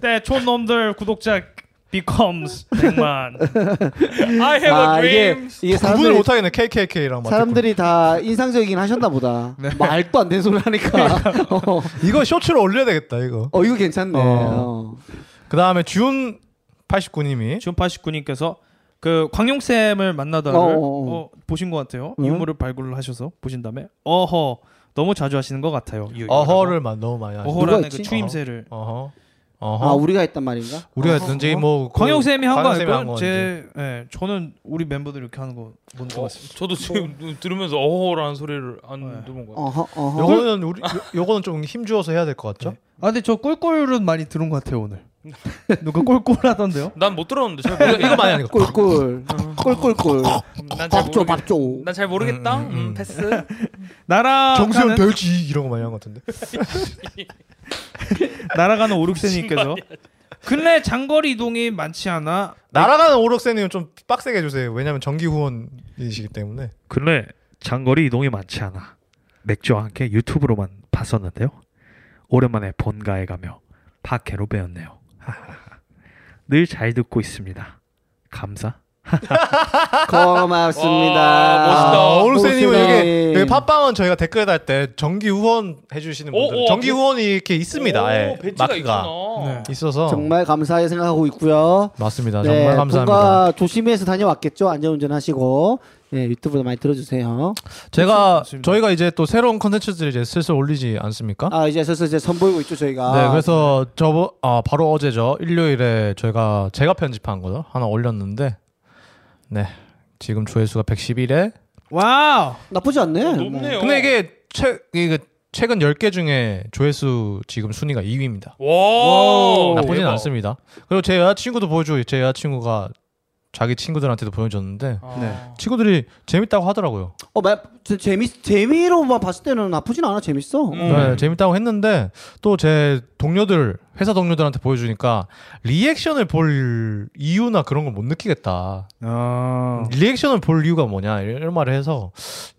Speaker 2: 네, 촌놈들 구독자 becomes 백만.
Speaker 1: 네.
Speaker 4: I have a
Speaker 1: 아 이게
Speaker 4: dream.
Speaker 1: 이게
Speaker 3: 구분을
Speaker 1: 사람들이
Speaker 3: 못하겠네 KKK랑
Speaker 1: 사람들이 다 인상적이긴 하셨나 보다.
Speaker 3: 네.
Speaker 1: 말도 안 되는 소리를 하니까. 어,
Speaker 3: 이거 쇼츠로 올려야 되겠다 이거
Speaker 1: 어, 이거 괜찮네.
Speaker 3: 그러니까. 어.
Speaker 1: 어.
Speaker 3: 그 다음에 준 89님이
Speaker 2: 지원 89님께서 그 광용 쌤을 만나다를
Speaker 1: 어, 음? 어,
Speaker 2: 어, 보신 것 같아요.
Speaker 1: 응?
Speaker 2: 유물을 발굴을 하시서 보신 다음에 어허 너무 자주 하시는 것 같아요. 이
Speaker 3: 어허를 만- 너무 많이 하시네
Speaker 1: 누가
Speaker 2: 어허라는
Speaker 1: 했지?
Speaker 2: 그 추임새를
Speaker 3: 아, 어허
Speaker 1: 아
Speaker 3: 어허
Speaker 1: 우리가 했단 말인가?
Speaker 3: 우리가 든지 뭐
Speaker 2: 광용 쌤이 한 거
Speaker 3: 광용 쌤이 한
Speaker 2: 아닐까요?
Speaker 3: 건지.
Speaker 2: 제 예, 저는 우리 멤버들 이렇게 하는 거 못
Speaker 4: 어,
Speaker 2: 봤어요.
Speaker 4: 저도 지금 눈 들으면서 어허라는 소리를 안
Speaker 2: 네.
Speaker 4: 들은 거야.
Speaker 1: 어허 어허.
Speaker 3: 요거는 우리 요- 요거는 좀 힘주어서 해야 될 것 같죠?
Speaker 2: 아 근데 저 꼴꼴은 많이 들은 것 같아요 오늘. 누가 꼴꼴하던데요?
Speaker 4: 난 못 들었는데 잘 모르.
Speaker 3: 이거 많이 하는 거.
Speaker 1: 꿀꿀 꿀꿀꿀
Speaker 4: 음, 난잘
Speaker 1: 밥줘
Speaker 4: 모르겠.
Speaker 1: 밥줘
Speaker 4: 난잘 모르겠다.
Speaker 3: 음, 음, 음.
Speaker 4: 음, 패스.
Speaker 2: 나라
Speaker 3: 정수현 될지 이런 거 많이 하는 것 같은데.
Speaker 2: 날아가는 오륙세님께서 근래 장거리 이동이 많지 않아
Speaker 3: 날아가는 오록세님 좀 빡세게 해주세요. 왜냐면 정기 후원이시기 때문에.
Speaker 5: 근래 장거리 이동이 많지 않아 맥주와 함께 유튜브로만 봤었는데요. 오랜만에 본가에 가며 박해로 배웠네요. 늘 잘 듣고 있습니다. 감사.
Speaker 1: 고맙습니다.
Speaker 4: 멋있다.
Speaker 3: 아, 오록세님은
Speaker 1: 오록세님.
Speaker 3: 여기, 여기 팟빵은 저희가 댓글 달 때 정기 후원 해주시는
Speaker 4: 오,
Speaker 3: 분들
Speaker 4: 오,
Speaker 3: 정기
Speaker 4: 배-
Speaker 3: 후원이 이렇게 있습니다. 예,
Speaker 4: 어, 뭐? 오, 배치가 있구나.
Speaker 2: 네.
Speaker 3: 있어서
Speaker 1: 정말 감사하게 생각하고 있고요.
Speaker 3: 맞습니다.
Speaker 1: 네,
Speaker 3: 아, 정말 감사합니다.
Speaker 1: 뭔가 조심해서 다녀왔겠죠. 안전운전 하시고 네, 유튜브도 많이 들어주세요.
Speaker 3: 제가
Speaker 2: 좋습니다.
Speaker 3: 저희가 이제 또 새로운 컨텐츠들을 이제 슬슬 올리지 않습니까?
Speaker 1: 아 이제 슬슬 이제 선보이고 있죠 저희가.
Speaker 3: 네, 그래서 저번 아, 바로 어제죠. 일요일에 저희가 제가 편집한 거죠. 하나 올렸는데 네. 지금 조회수가 111에
Speaker 2: 와우
Speaker 1: 나쁘지 않네.
Speaker 4: 어, 높네요.
Speaker 3: 근데 이게 최 이게 최근 10개 중에 조회수 지금 순위가 2위입니다.
Speaker 4: 와.
Speaker 3: 나쁘진
Speaker 4: 어, 대박.
Speaker 3: 않습니다. 그리고 제 여자친구도 보여줘요. 제 여자친구가 자기 친구들한테도 보여줬는데
Speaker 4: 아.
Speaker 2: 네.
Speaker 3: 친구들이 재밌다고 하더라고요.
Speaker 1: 어, 마, 저, 재미 재미로만 봤을 때는 나쁘진 않아. 재밌어.
Speaker 4: 음.
Speaker 3: 네, 재밌다고 했는데 또 제 동료들 회사 동료들한테 보여주니까 리액션을 볼 이유나 그런 걸 못 느끼겠다.
Speaker 2: 아
Speaker 3: 리액션을 볼 이유가 뭐냐 이런 말을 해서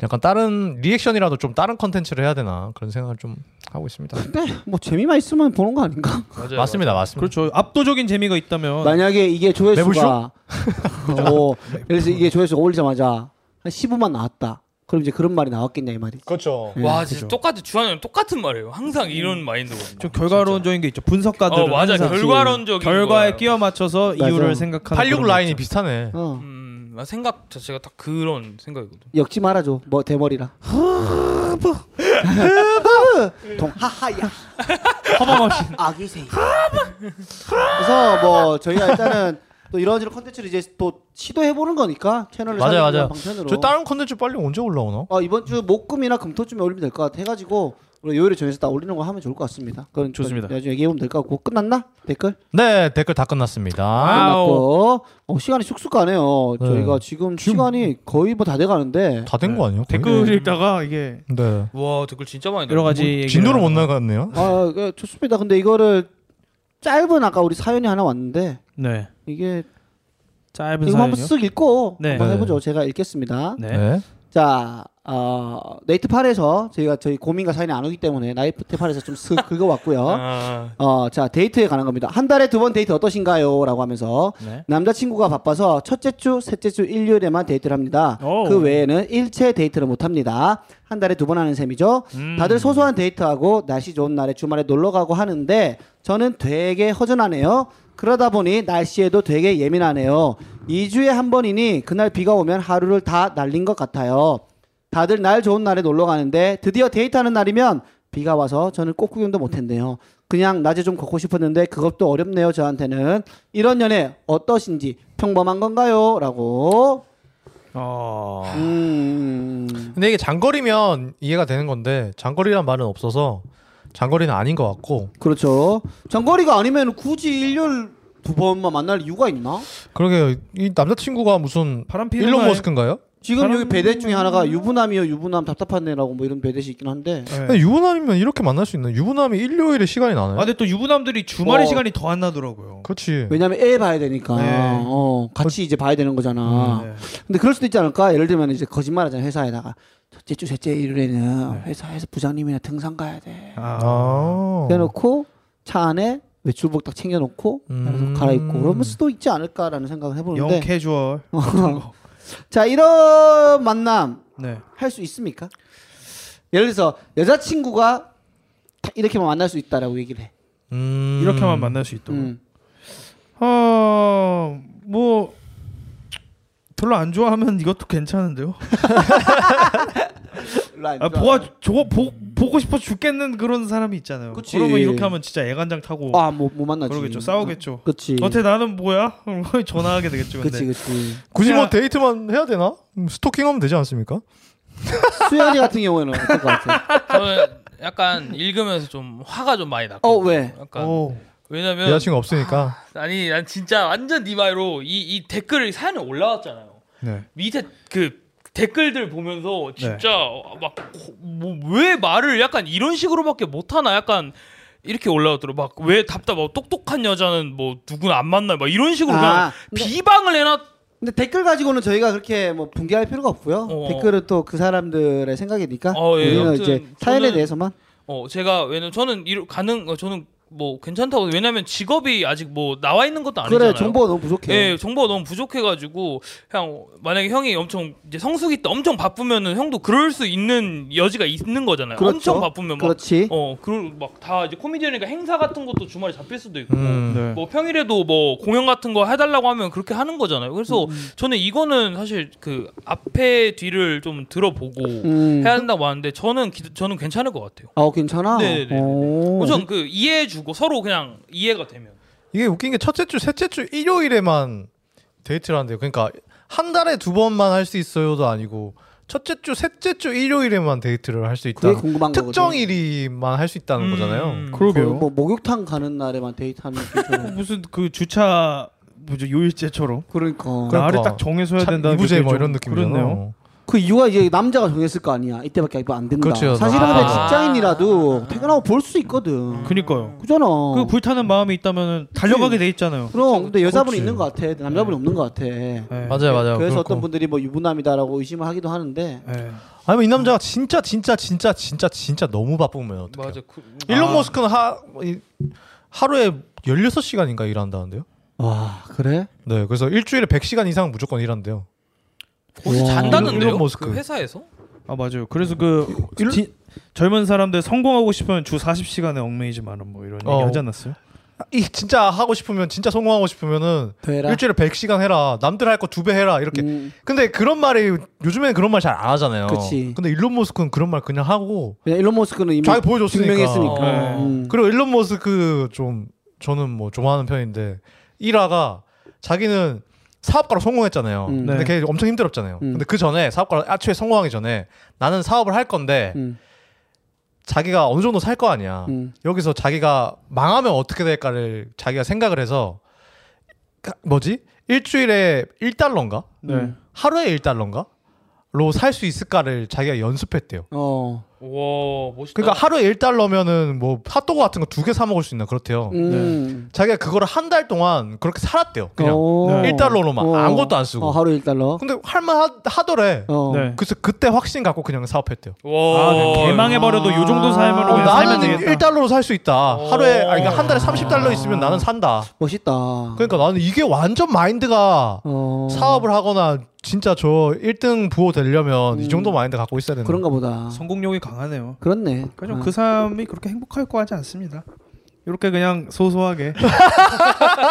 Speaker 3: 약간 다른 리액션이라도 좀 다른 컨텐츠를 해야 되나 그런 생각을 좀 하고 있습니다.
Speaker 1: 근데 뭐 재미만 있으면 보는 거 아닌가?
Speaker 4: 맞아요.
Speaker 3: 맞습니다, 맞습니다.
Speaker 2: 그렇죠 압도적인 재미가 있다면
Speaker 1: 만약에 이게
Speaker 3: 매불쇼?
Speaker 1: 조회수가 어, 그래서 이게 조회수가 올리자마자 한 15만 나왔다. 그럼 이제 그런 말이 나왔겠냐 이 말이.
Speaker 3: 그렇죠.
Speaker 1: 예,
Speaker 4: 와 진짜
Speaker 1: 그죠.
Speaker 4: 똑같이 주한이랑 똑같은 말이에요. 항상 이런 마인드거든요.
Speaker 2: 좀 결과론적인 게 있죠 분석가들
Speaker 4: 어 맞아 결과론적인
Speaker 2: 결과에
Speaker 4: 거예요.
Speaker 2: 끼워 맞춰서
Speaker 1: 맞아.
Speaker 2: 이유를 생각하는
Speaker 3: 86
Speaker 2: 그런 거
Speaker 3: 라인이
Speaker 2: 있죠.
Speaker 3: 비슷하네.
Speaker 1: 어,
Speaker 4: 음, 나 생각 자체가 딱 그런 생각이거든.
Speaker 1: 역지 말아줘. 뭐 대머리라. 동하하야
Speaker 2: 허범없이
Speaker 1: 아기생. 그래서 뭐 저희가 일단은 또 이런저런 컨텐츠를 이제 또 시도해 보는 거니까 채널을
Speaker 3: 맞아요,
Speaker 1: 사는
Speaker 3: 맞아요.
Speaker 1: 방편으로.
Speaker 3: 저 다른 컨텐츠 빨리 언제 올라오나?
Speaker 1: 어, 이번 주 목금이나 금토쯤에 올리면 될 것 같아 해가지고 우리 요일에 정해서 다 올리는 거 하면 좋을 것 같습니다. 그건
Speaker 2: 좋습니다.
Speaker 1: 나중에 얘기해 보면 될 것 같고 끝났나 댓글?
Speaker 3: 네, 댓글 다 끝났습니다.
Speaker 1: 끝났고 어, 시간이 쑥쑥 가네요.
Speaker 3: 네.
Speaker 1: 저희가 지금, 시간이 거의 뭐 다 돼가는데
Speaker 3: 다 된 거 아니에요? 거의?
Speaker 2: 네. 댓글 읽다가 이게
Speaker 3: 네.
Speaker 4: 와 댓글 진짜 많이
Speaker 2: 여러 가지
Speaker 4: 달렸네.
Speaker 2: 얘기를
Speaker 3: 뭐 진도를 못 나갔네요.
Speaker 1: 아 예, 좋습니다. 근데 이거를 짧은 아까 우리 사연이 하나 왔는데
Speaker 2: 네
Speaker 1: 이게
Speaker 2: 짧은
Speaker 1: 이거 한번
Speaker 2: 사연이요
Speaker 1: 쓱 읽고
Speaker 2: 네.
Speaker 1: 한번
Speaker 3: 네.
Speaker 1: 해보죠. 제가 읽겠습니다.
Speaker 2: 네.
Speaker 3: 네.
Speaker 1: 자, 어, 네이트 팔에서 저희가 저희 고민과 사연이 안 오기 때문에 나이트 팔에서 좀 쓱 긁어왔고요.
Speaker 4: 아,
Speaker 1: 어, 자, 데이트에 관한 겁니다. 한 달에 두 번 데이트 어떠신가요? 라고 하면서
Speaker 2: 네.
Speaker 1: 남자친구가 바빠서 첫째 주, 셋째 주 일요일에만 데이트를 합니다.
Speaker 2: 오.
Speaker 1: 그 외에는 일체 데이트를 못 합니다. 한 달에 두 번 하는 셈이죠. 다들 소소한 데이트하고 날씨 좋은 날에 주말에 놀러 가고 하는데 저는 되게 허전하네요. 그러다 보니 날씨에도 되게 예민하네요. 2주에 한 번이니 그날 비가 오면 하루를 다 날린 것 같아요. 다들 날 좋은 날에 놀러 가는데 드디어 데이트하는 날이면 비가 와서 저는 꽃 구경도 못 했네요. 그냥 낮에 좀 걷고 싶었는데 그것도 어렵네요 저한테는 이런 연애 어떠신지 평범한 건가요? 라고
Speaker 2: 어...
Speaker 1: 음...
Speaker 3: 근데 이게 장거리면 이해가 되는 건데 장거리란 말은 없어서 장거리는 아닌 것 같고
Speaker 1: 그렇죠 장거리가 아니면 굳이 일요일 두 번만 만날 이유가 있나?
Speaker 3: 그러게 이 남자친구가 무슨
Speaker 2: 바람 피는
Speaker 3: 일론
Speaker 2: 날-
Speaker 3: 머스크인가요?
Speaker 1: 지금
Speaker 2: 사람-
Speaker 1: 여기 배대 중에 하나가 유부남이요 유부남 답답하네라고 뭐 이런 배대시 있긴 한데
Speaker 2: 네.
Speaker 3: 근데 유부남이면 이렇게 만날 수 있나? 유부남이 일요일에 시간이
Speaker 2: 아
Speaker 3: 나나요?
Speaker 2: 근데 또 유부남들이 주말에
Speaker 1: 어.
Speaker 2: 시간이 더 안 나더라고요
Speaker 3: 그렇지.
Speaker 1: 왜냐면 애 봐야 되니까
Speaker 2: 네.
Speaker 1: 어, 같이 이제 봐야 되는 거잖아
Speaker 2: 네.
Speaker 1: 근데 그럴 수도 있지 않을까? 예를 들면 이제 거짓말하잖아 회사에다가 첫째 주 셋째
Speaker 2: 네.
Speaker 1: 일요일에는 회사에서 부장님이나 등산 가야 돼
Speaker 2: 아.
Speaker 3: 아.
Speaker 1: 해놓고 차 안에 외출복 딱 챙겨놓고
Speaker 3: 음.
Speaker 1: 그래서 갈아입고 그러면 수도 있지 않을까라는 생각을 해보는데
Speaker 2: 영 캐주얼.
Speaker 1: 자 이런 만남
Speaker 2: 네.
Speaker 1: 할 수 있습니까? 예를 들어서 여자친구가 딱 이렇게만 만날 수 있다라고 얘기를 해.
Speaker 3: 음.
Speaker 2: 이렇게만 만날 수 있도록.
Speaker 1: 음.
Speaker 2: 어, 뭐 별로 안 좋아하면 이것도 괜찮은데요. 아, 보아 저거 보, 보고 싶어 죽겠는 그런 사람이 있잖아요.
Speaker 1: 그치.
Speaker 2: 러면 이렇게 하면 진짜 애간장 타고
Speaker 1: 아못 못 만나지.
Speaker 2: 그러겠죠. 싸우겠죠.
Speaker 1: 그치.
Speaker 2: 어때 나는 뭐야? 아, 그럼 전화하게 되겠죠.
Speaker 1: 그치
Speaker 2: 근데.
Speaker 1: 그치.
Speaker 3: 굳이 뭐
Speaker 2: 그냥-
Speaker 3: 데이트만 해야 되나? 음, 스토킹하면 되지 않습니까?
Speaker 1: 수현이 같은 경우에는 어떨 것 같아?
Speaker 4: 저는 약간 읽으면서 좀 화가 좀 많이 났고.
Speaker 1: 어 왜?
Speaker 4: 약간
Speaker 3: 오,
Speaker 4: 왜냐면
Speaker 3: 여자친구 없으니까.
Speaker 4: 아니 난 진짜 완전 네 말로 이 이 댓글이 사연에 올라왔잖아요.
Speaker 3: 네.
Speaker 4: 밑에 그 댓글들 보면서 진짜 막 뭐 왜 말을 약간 이런 식으로밖에 못 하나 약간 이렇게 올라오더라 고 막 왜 답답하고 똑똑한 여자는 뭐 누구나 안 만나 막 이런 식으로
Speaker 1: 아,
Speaker 4: 그냥 그러니까 비방을 해놨
Speaker 1: 근데 댓글 가지고는 저희가 그렇게 뭐 붕괴할 필요가 없고요.
Speaker 4: 어.
Speaker 1: 댓글은 또 그 사람들의 생각이니까
Speaker 4: 어, 예,
Speaker 1: 우리는
Speaker 4: 아무튼
Speaker 1: 이제 사연에
Speaker 4: 저는-
Speaker 1: 대해서만
Speaker 4: 어 제가 왜냐면 저는 이러, 가능 어, 저는 뭐 괜찮다고 왜냐면 직업이 아직 뭐 나와 있는 것도 아니잖아요.
Speaker 1: 그래 정보가 너무 부족해.
Speaker 4: 예, 정보가 너무 부족해가지고 그냥 만약에 형이 엄청 이제 성수기 때 엄청 바쁘면은 형도 그럴 수 있는 여지가 있는 거잖아요.
Speaker 1: 그렇죠.
Speaker 4: 엄청 바쁘면 막
Speaker 1: 그렇지.
Speaker 4: 어, 그리고 막다 이제 코미디언이니까 행사 같은 것도 주말에 잡힐 수도 있고.
Speaker 3: 음.
Speaker 2: 네.
Speaker 4: 뭐 평일에도 뭐 공연 같은 거 해달라고 하면 그렇게 하는 거잖아요. 그래서
Speaker 3: 음.
Speaker 4: 저는 이거는 사실 그 앞에 뒤를 좀 들어보고
Speaker 1: 음.
Speaker 4: 뭐 해야 된다고 하는데 저는 기, 저는 괜찮을 것 같아요.
Speaker 1: 어 괜찮아. 어.
Speaker 4: 네네네.
Speaker 1: 오.
Speaker 4: 우선 그 이해해주고 서로 그냥 이해가 되면.
Speaker 3: 이게 웃긴 게 첫째 주, 셋째 주 일요일에만 데이트를 한대요. 그러니까 한 달에 두 번만 할 수 있어요도 아니고 첫째 주, 셋째 주 일요일에만 데이트를 할 수 있다.
Speaker 1: 그게 궁금한 거거든.
Speaker 3: 특정 일이만 할 수 있다는
Speaker 4: 음.
Speaker 3: 거잖아요.
Speaker 1: 거의 뭐 목욕탕 가는 날에만 데이트하는 기분.
Speaker 2: 어, 무슨 그 주차 뭐죠 요일제처럼
Speaker 1: 그러니까
Speaker 3: 그럼-
Speaker 2: 날을
Speaker 3: 그러니까.
Speaker 2: 딱 정해서 해야
Speaker 3: 차-
Speaker 2: 된다는 게
Speaker 3: 이부제 뭐
Speaker 2: 좀
Speaker 3: 이런 느낌이잖아요.
Speaker 2: 그렇네요.
Speaker 1: 그 이유가 이제 남자가 정했을 거 아니야. 이때밖에 입안 된다.
Speaker 3: 그렇죠.
Speaker 1: 사실은
Speaker 4: 아.
Speaker 1: 근데 직장인이라도 퇴근하고 볼 수 있거든.
Speaker 2: 그니까요.
Speaker 1: 그잖아.
Speaker 3: 어.
Speaker 2: 그 불타는 마음이 있다면 달려가게 돼 있잖아요.
Speaker 1: 그럼 근데 여자분이
Speaker 3: 그렇지.
Speaker 1: 있는 것 같아. 남자분이 없는 것 같아.
Speaker 2: 예.
Speaker 3: 맞아요,
Speaker 1: 그래서
Speaker 3: 맞아요. 그렇고.
Speaker 1: 어떤 분들이 뭐 유부남이다라고 의심을 하기도 하는데
Speaker 2: 예.
Speaker 3: 아니면 이 남자가 진짜 진짜 진짜 진짜 진짜 너무 바쁘면 어떡해요?
Speaker 4: 맞아. 그,
Speaker 3: 일론
Speaker 4: 아.
Speaker 3: 머스크는 하, 이- 하루에 16시간인가 일한다는데요?
Speaker 1: 와 그래?
Speaker 3: 네, 그래서 일주일에 100시간 이상 무조건 일한대요.
Speaker 4: 거기서
Speaker 1: 와.
Speaker 4: 잔다는데요?
Speaker 3: 일론 머스크.
Speaker 4: 그 회사에서?
Speaker 2: 아 맞아요. 그래서 그
Speaker 3: 일-
Speaker 2: 지- 젊은 사람들 성공하고 싶으면 주 40시간에 얽매이지 마라 뭐 이런
Speaker 3: 어.
Speaker 2: 얘기 하지 않았어요?
Speaker 3: 이 진짜 하고 싶으면 진짜 성공하고 싶으면은
Speaker 1: 되라.
Speaker 3: 일주일에 100시간 해라. 남들 할 거 두 배 해라. 이렇게.
Speaker 1: 음,
Speaker 3: 근데 그런 말이 요즘에는 그런 말 잘 안 하잖아요.
Speaker 1: 그치.
Speaker 3: 근데 일론 머스크는 그런 말 그냥 하고
Speaker 1: 그냥 일론 머스크는 이미
Speaker 3: 잘 보여줬으니까.
Speaker 1: 증명했으니까.
Speaker 4: 어.
Speaker 1: 음.
Speaker 3: 그리고 일론 머스크 좀 저는 뭐 좋아하는 편인데 일화가 자기는 사업가로 성공했잖아요.
Speaker 1: 음.
Speaker 3: 근데
Speaker 2: 네.
Speaker 3: 걔 엄청 힘들었잖아요.
Speaker 1: 음.
Speaker 3: 근데 그 전에 사업가로 애초에 성공하기 전에 나는 사업을 할 건데
Speaker 1: 음,
Speaker 3: 자기가 어느 정도 살 거 네. 아니야.
Speaker 1: 음.
Speaker 3: 여기서 자기가 망하면 어떻게 될까를 자기가 생각을 해서 가- 뭐지? 일주일에 1달러인가?
Speaker 2: 네.
Speaker 1: 음.
Speaker 3: 하루에 1달러인가? 로 살 수 있을까를 자기가 연습했대요.
Speaker 1: 어.
Speaker 4: 와 멋있다.
Speaker 3: 그러니까 하루에 1달러면은 뭐 핫도그 같은 거 두 개 사 먹을 수 있나 그렇대요.
Speaker 1: 음.
Speaker 3: 자기가 그거를 한 달 동안 그렇게 살았대요. 네. 그냥
Speaker 1: 어.
Speaker 2: 네.
Speaker 3: 1달러로만
Speaker 1: 어.
Speaker 3: 아무것도 안 쓰고.
Speaker 1: 어, 하루 1달러.
Speaker 3: 근데 할만 하더래.
Speaker 1: 어.
Speaker 2: 네.
Speaker 3: 그래서 그때 확신 갖고 그냥 네, 사업했대요.
Speaker 4: 와
Speaker 2: 아, 그냥 개망해버려도 요 정도 삶으로
Speaker 1: 어,
Speaker 2: 아, 그냥 살면
Speaker 3: 아, 나는
Speaker 2: 되겠다.
Speaker 3: 1달러로 살 수 있다.
Speaker 4: 오.
Speaker 3: 하루에 아니 그러니까 한 달에 30달러 있으면 나는 산다.
Speaker 1: 멋있다.
Speaker 3: 그러니까 나는 이게 완전 마인드가
Speaker 1: 어.
Speaker 3: 사업을 하거나 진짜 저 1등 부호 되려면 이 정도 마인드 갖고 있어야 되는
Speaker 1: 음. 그런가 보다.
Speaker 2: 성공력이 강하네요.
Speaker 1: 그렇네.
Speaker 2: 그러니까
Speaker 1: 아.
Speaker 2: 좀그 사람이 그렇게 행복할 거 하지 않습니다. 이렇게 그냥 소소하게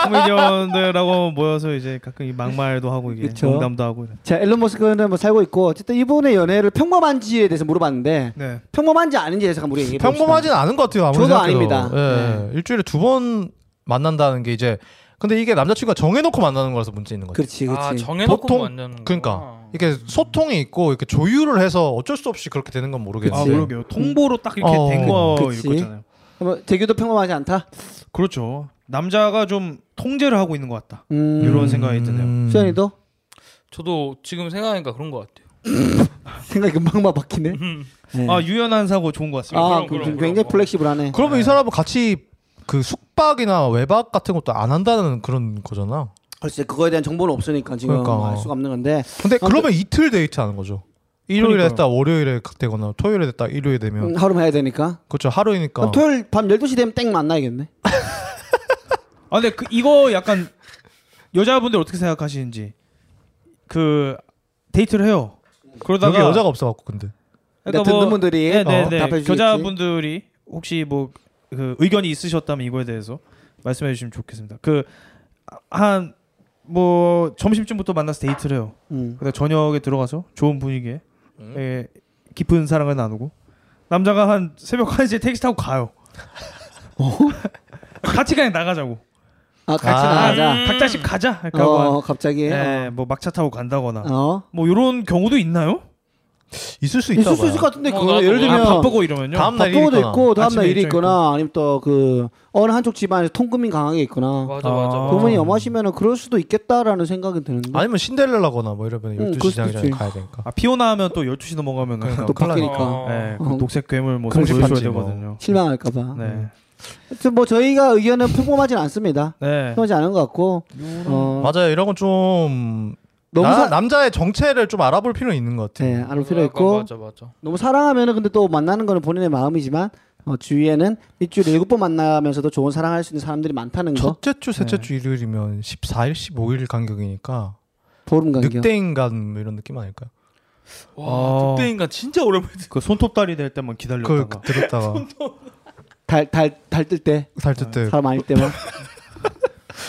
Speaker 2: 코미디언들하고 모여서 이제 가끔 이 막말도 하고 이게
Speaker 1: 그쵸.
Speaker 2: 농담도 하고 이런.
Speaker 1: 자, 앨런 머스크는 뭐 살고 있고 어쨌든 이분의 연애를 평범한지에 대해서 물어봤는데
Speaker 2: 네.
Speaker 1: 평범한지 아닌지에 대해서 한번 우리 얘기해 봅시다.
Speaker 3: 평범하진 않은 것 같아요. 아무리
Speaker 1: 저도
Speaker 3: 생각해도.
Speaker 1: 아닙니다. 네.
Speaker 3: 예, 일주일에 두 번 만난다는 게 이제 근데 이게 남자친구가 정해놓고 만나는 거라서 문제 있는 거죠.
Speaker 1: 그렇지,
Speaker 4: 아
Speaker 1: 그렇지.
Speaker 4: 정해놓고
Speaker 3: 보통-
Speaker 4: 만드는
Speaker 3: 그러니까 이렇게 소통이 있고 이렇게 조율을 해서 어쩔 수 없이 그렇게 되는 건 모르겠지.
Speaker 2: 아
Speaker 1: 음.
Speaker 2: 모르게요. 통보로 딱 이렇게
Speaker 3: 어,
Speaker 2: 된 거일
Speaker 1: 그치.
Speaker 2: 거잖아요.
Speaker 1: 뭐 재규도 평범하지 않다.
Speaker 2: 그렇죠. 남자가 좀 통제를 하고 있는 것 같다.
Speaker 1: 음.
Speaker 2: 이런 생각이 드네요.
Speaker 1: 수현이도
Speaker 4: 저도 지금 생각하니까 그런 것 같아요.
Speaker 1: 생각이 금방 막 바뀌네.
Speaker 3: 음.
Speaker 1: 네.
Speaker 2: 아 유연한 사고 좋은 것 같습니다.
Speaker 1: 아,
Speaker 4: 그럼,
Speaker 1: 그-
Speaker 4: 그럼,
Speaker 1: 굉장히
Speaker 4: 그럼.
Speaker 1: 플렉시블하네.
Speaker 3: 그러면 이 사람은 같이 그 숙박이나 외박 같은 것도 안 한다는 그런 거잖아.
Speaker 1: 글쎄 그거에 대한 정보는 없으니까 지금
Speaker 3: 그러니까.
Speaker 1: 알 수가 없는 건데.
Speaker 3: 근데
Speaker 1: 아,
Speaker 3: 그러면 이틀 데이트하는 거죠. 일요일에
Speaker 2: 그러니까요.
Speaker 3: 됐다 월요일에 되거나 토요일에 됐다 일요일에 되면
Speaker 1: 음, 하루만 해야 되니까.
Speaker 3: 그렇죠 하루이니까
Speaker 1: 토요일 밤 12시 되면 땡 만나야겠네.
Speaker 2: 아 근데 그, 이거 약간 여자분들 어떻게 생각하시는지 그 데이트를 해요. 그러다가
Speaker 3: 여기 여자가 없어갖고 근데
Speaker 1: 네, 듣는 분들이 어,
Speaker 2: 네네네
Speaker 1: 답해 주시겠지.
Speaker 2: 여자분들이 혹시 뭐 그 의견이 있으셨다면 이거에 대해서 말씀해 주시면 좋겠습니다. 그 한 뭐 점심쯤부터 만나서 데이트를 해요.
Speaker 1: 음.
Speaker 2: 그다음 저녁에 들어가서 좋은 분위기에 예, 깊은 사랑을 나누고 남자가 한 새벽 1시에 택시 타고 가요. 같이 그냥 나가자고.
Speaker 1: 아 같이
Speaker 3: 아.
Speaker 1: 나가자.
Speaker 2: 각자씩 음, 가자. 그러니까 뭐,
Speaker 1: 어 갑자기.
Speaker 2: 예, 뭐 막차 타고 간다거나
Speaker 1: 어.
Speaker 2: 뭐 이런 경우도 있나요?
Speaker 3: 있을 수 있다
Speaker 1: 있을
Speaker 3: 봐요.
Speaker 1: 수 있을 것 같은데
Speaker 4: 어,
Speaker 1: 그거
Speaker 4: 나도
Speaker 1: 예를
Speaker 4: 몰라.
Speaker 1: 들면
Speaker 2: 아, 바쁘고 이러면요.
Speaker 3: 다음 날
Speaker 1: 바쁘고도
Speaker 3: 일이 있거나,
Speaker 1: 있고 다음 날
Speaker 2: 아침에
Speaker 1: 일이
Speaker 2: 일정
Speaker 1: 있거나 아니면 또 그 어느 한쪽 집안에 통금인 강하게 있거나
Speaker 4: 맞아
Speaker 2: 아.
Speaker 4: 맞아. 맞아.
Speaker 1: 부모님 염하시면은 그럴 수도 있겠다라는 생각이 드는데.
Speaker 3: 아니면 신데렐라거나 뭐 이러면
Speaker 1: 응,
Speaker 3: 12시
Speaker 1: 음, 그럴
Speaker 3: 시장에
Speaker 1: 수도 있지.
Speaker 3: 가야 되니까.
Speaker 2: 아, 피오나 하면 또 12시 넘어가면
Speaker 3: 그러니까
Speaker 1: 또
Speaker 3: 큰일
Speaker 1: 바뀌니까
Speaker 4: 나니까.
Speaker 2: 예,
Speaker 1: 어.
Speaker 2: 그 독색 괴물 뭐
Speaker 1: 그렇지. 아,
Speaker 2: 성질 보여야
Speaker 3: 봤지, 뭐.
Speaker 2: 되거든요.
Speaker 1: 실망할까봐.
Speaker 2: 네.
Speaker 1: 하여튼 뭐 저희가 의견은 평범하진 않습니다.
Speaker 2: 네.
Speaker 1: 평범하지 않은 것 같고. 어,
Speaker 4: 음.
Speaker 3: 맞아요. 이런 건좀
Speaker 1: 너무 사,
Speaker 3: 남자의 정체를 좀 알아볼 필요는 있는 것 같아요.
Speaker 1: 네, 알을 필요
Speaker 4: 약간
Speaker 1: 있고
Speaker 4: 맞아 맞아.
Speaker 1: 너무 사랑하면은 근데 또 만나는 거는 본인의 마음이지만 어, 주위에는 일주일에 일곱 번 만나면서도 좋은 사랑할 수 있는 사람들이 많다는 거.
Speaker 3: 첫째 주, 셋째
Speaker 2: 네.
Speaker 3: 주 일요일이면 14일, 15일 간격이니까
Speaker 1: 보름 간격.
Speaker 3: 늑대인간 뭐 이런 느낌 아닐까요?
Speaker 2: 어.
Speaker 1: 아.
Speaker 4: 와 늑대인간 진짜 오랜만에.
Speaker 2: 그 손톱다리 될 때만 기다렸다가
Speaker 3: 그걸 그 들었다가
Speaker 1: 달달 달 뜰 때.
Speaker 3: 살때 때.
Speaker 1: 사람 아닐 때만.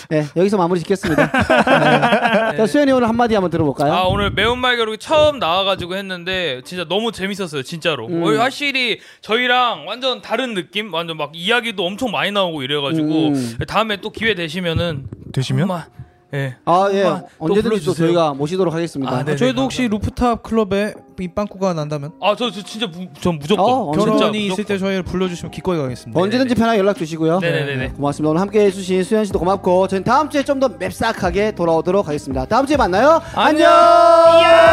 Speaker 1: 네, 여기서 마무리 짓겠습니다. 네. 자, 수현이 오늘 한마디 한번 들어볼까요?
Speaker 4: 아 오늘 매운말 겨루기 처음 나와가지고 했는데 진짜 너무 재밌었어요 진짜로
Speaker 1: 음.
Speaker 4: 어, 확실히 저희랑 완전 다른 느낌 완전 막 이야기도 엄청 많이 나오고 이래가지고
Speaker 1: 음.
Speaker 4: 다음에 또 기회 되시면은
Speaker 3: 되시면
Speaker 4: 한번- 예
Speaker 1: 아, 예.
Speaker 4: 한번 또
Speaker 1: 언제든지 또
Speaker 4: 불러주세요.
Speaker 1: 저희가 모시도록 하겠습니다.
Speaker 4: 아, 네.
Speaker 2: 저희도 혹시 루프탑 클럽에 이 빵꾸가 난다면
Speaker 4: 아저 저 진짜 무, 전 무조건
Speaker 1: 어,
Speaker 4: 진짜
Speaker 2: 결혼이
Speaker 1: 언제든-
Speaker 2: 있을 때 저희를 불러주시면 기꺼이 가겠습니다.
Speaker 1: 뭐 언제든지 편하게 연락 주시고요.
Speaker 4: 네네네네.
Speaker 1: 고맙습니다. 오늘 함께 해주신 수현 씨도 고맙고, 저희는 다음 주에 좀 더 맵싹하게 돌아오도록 하겠습니다. 다음 주에 만나요. 안녕!
Speaker 4: 네,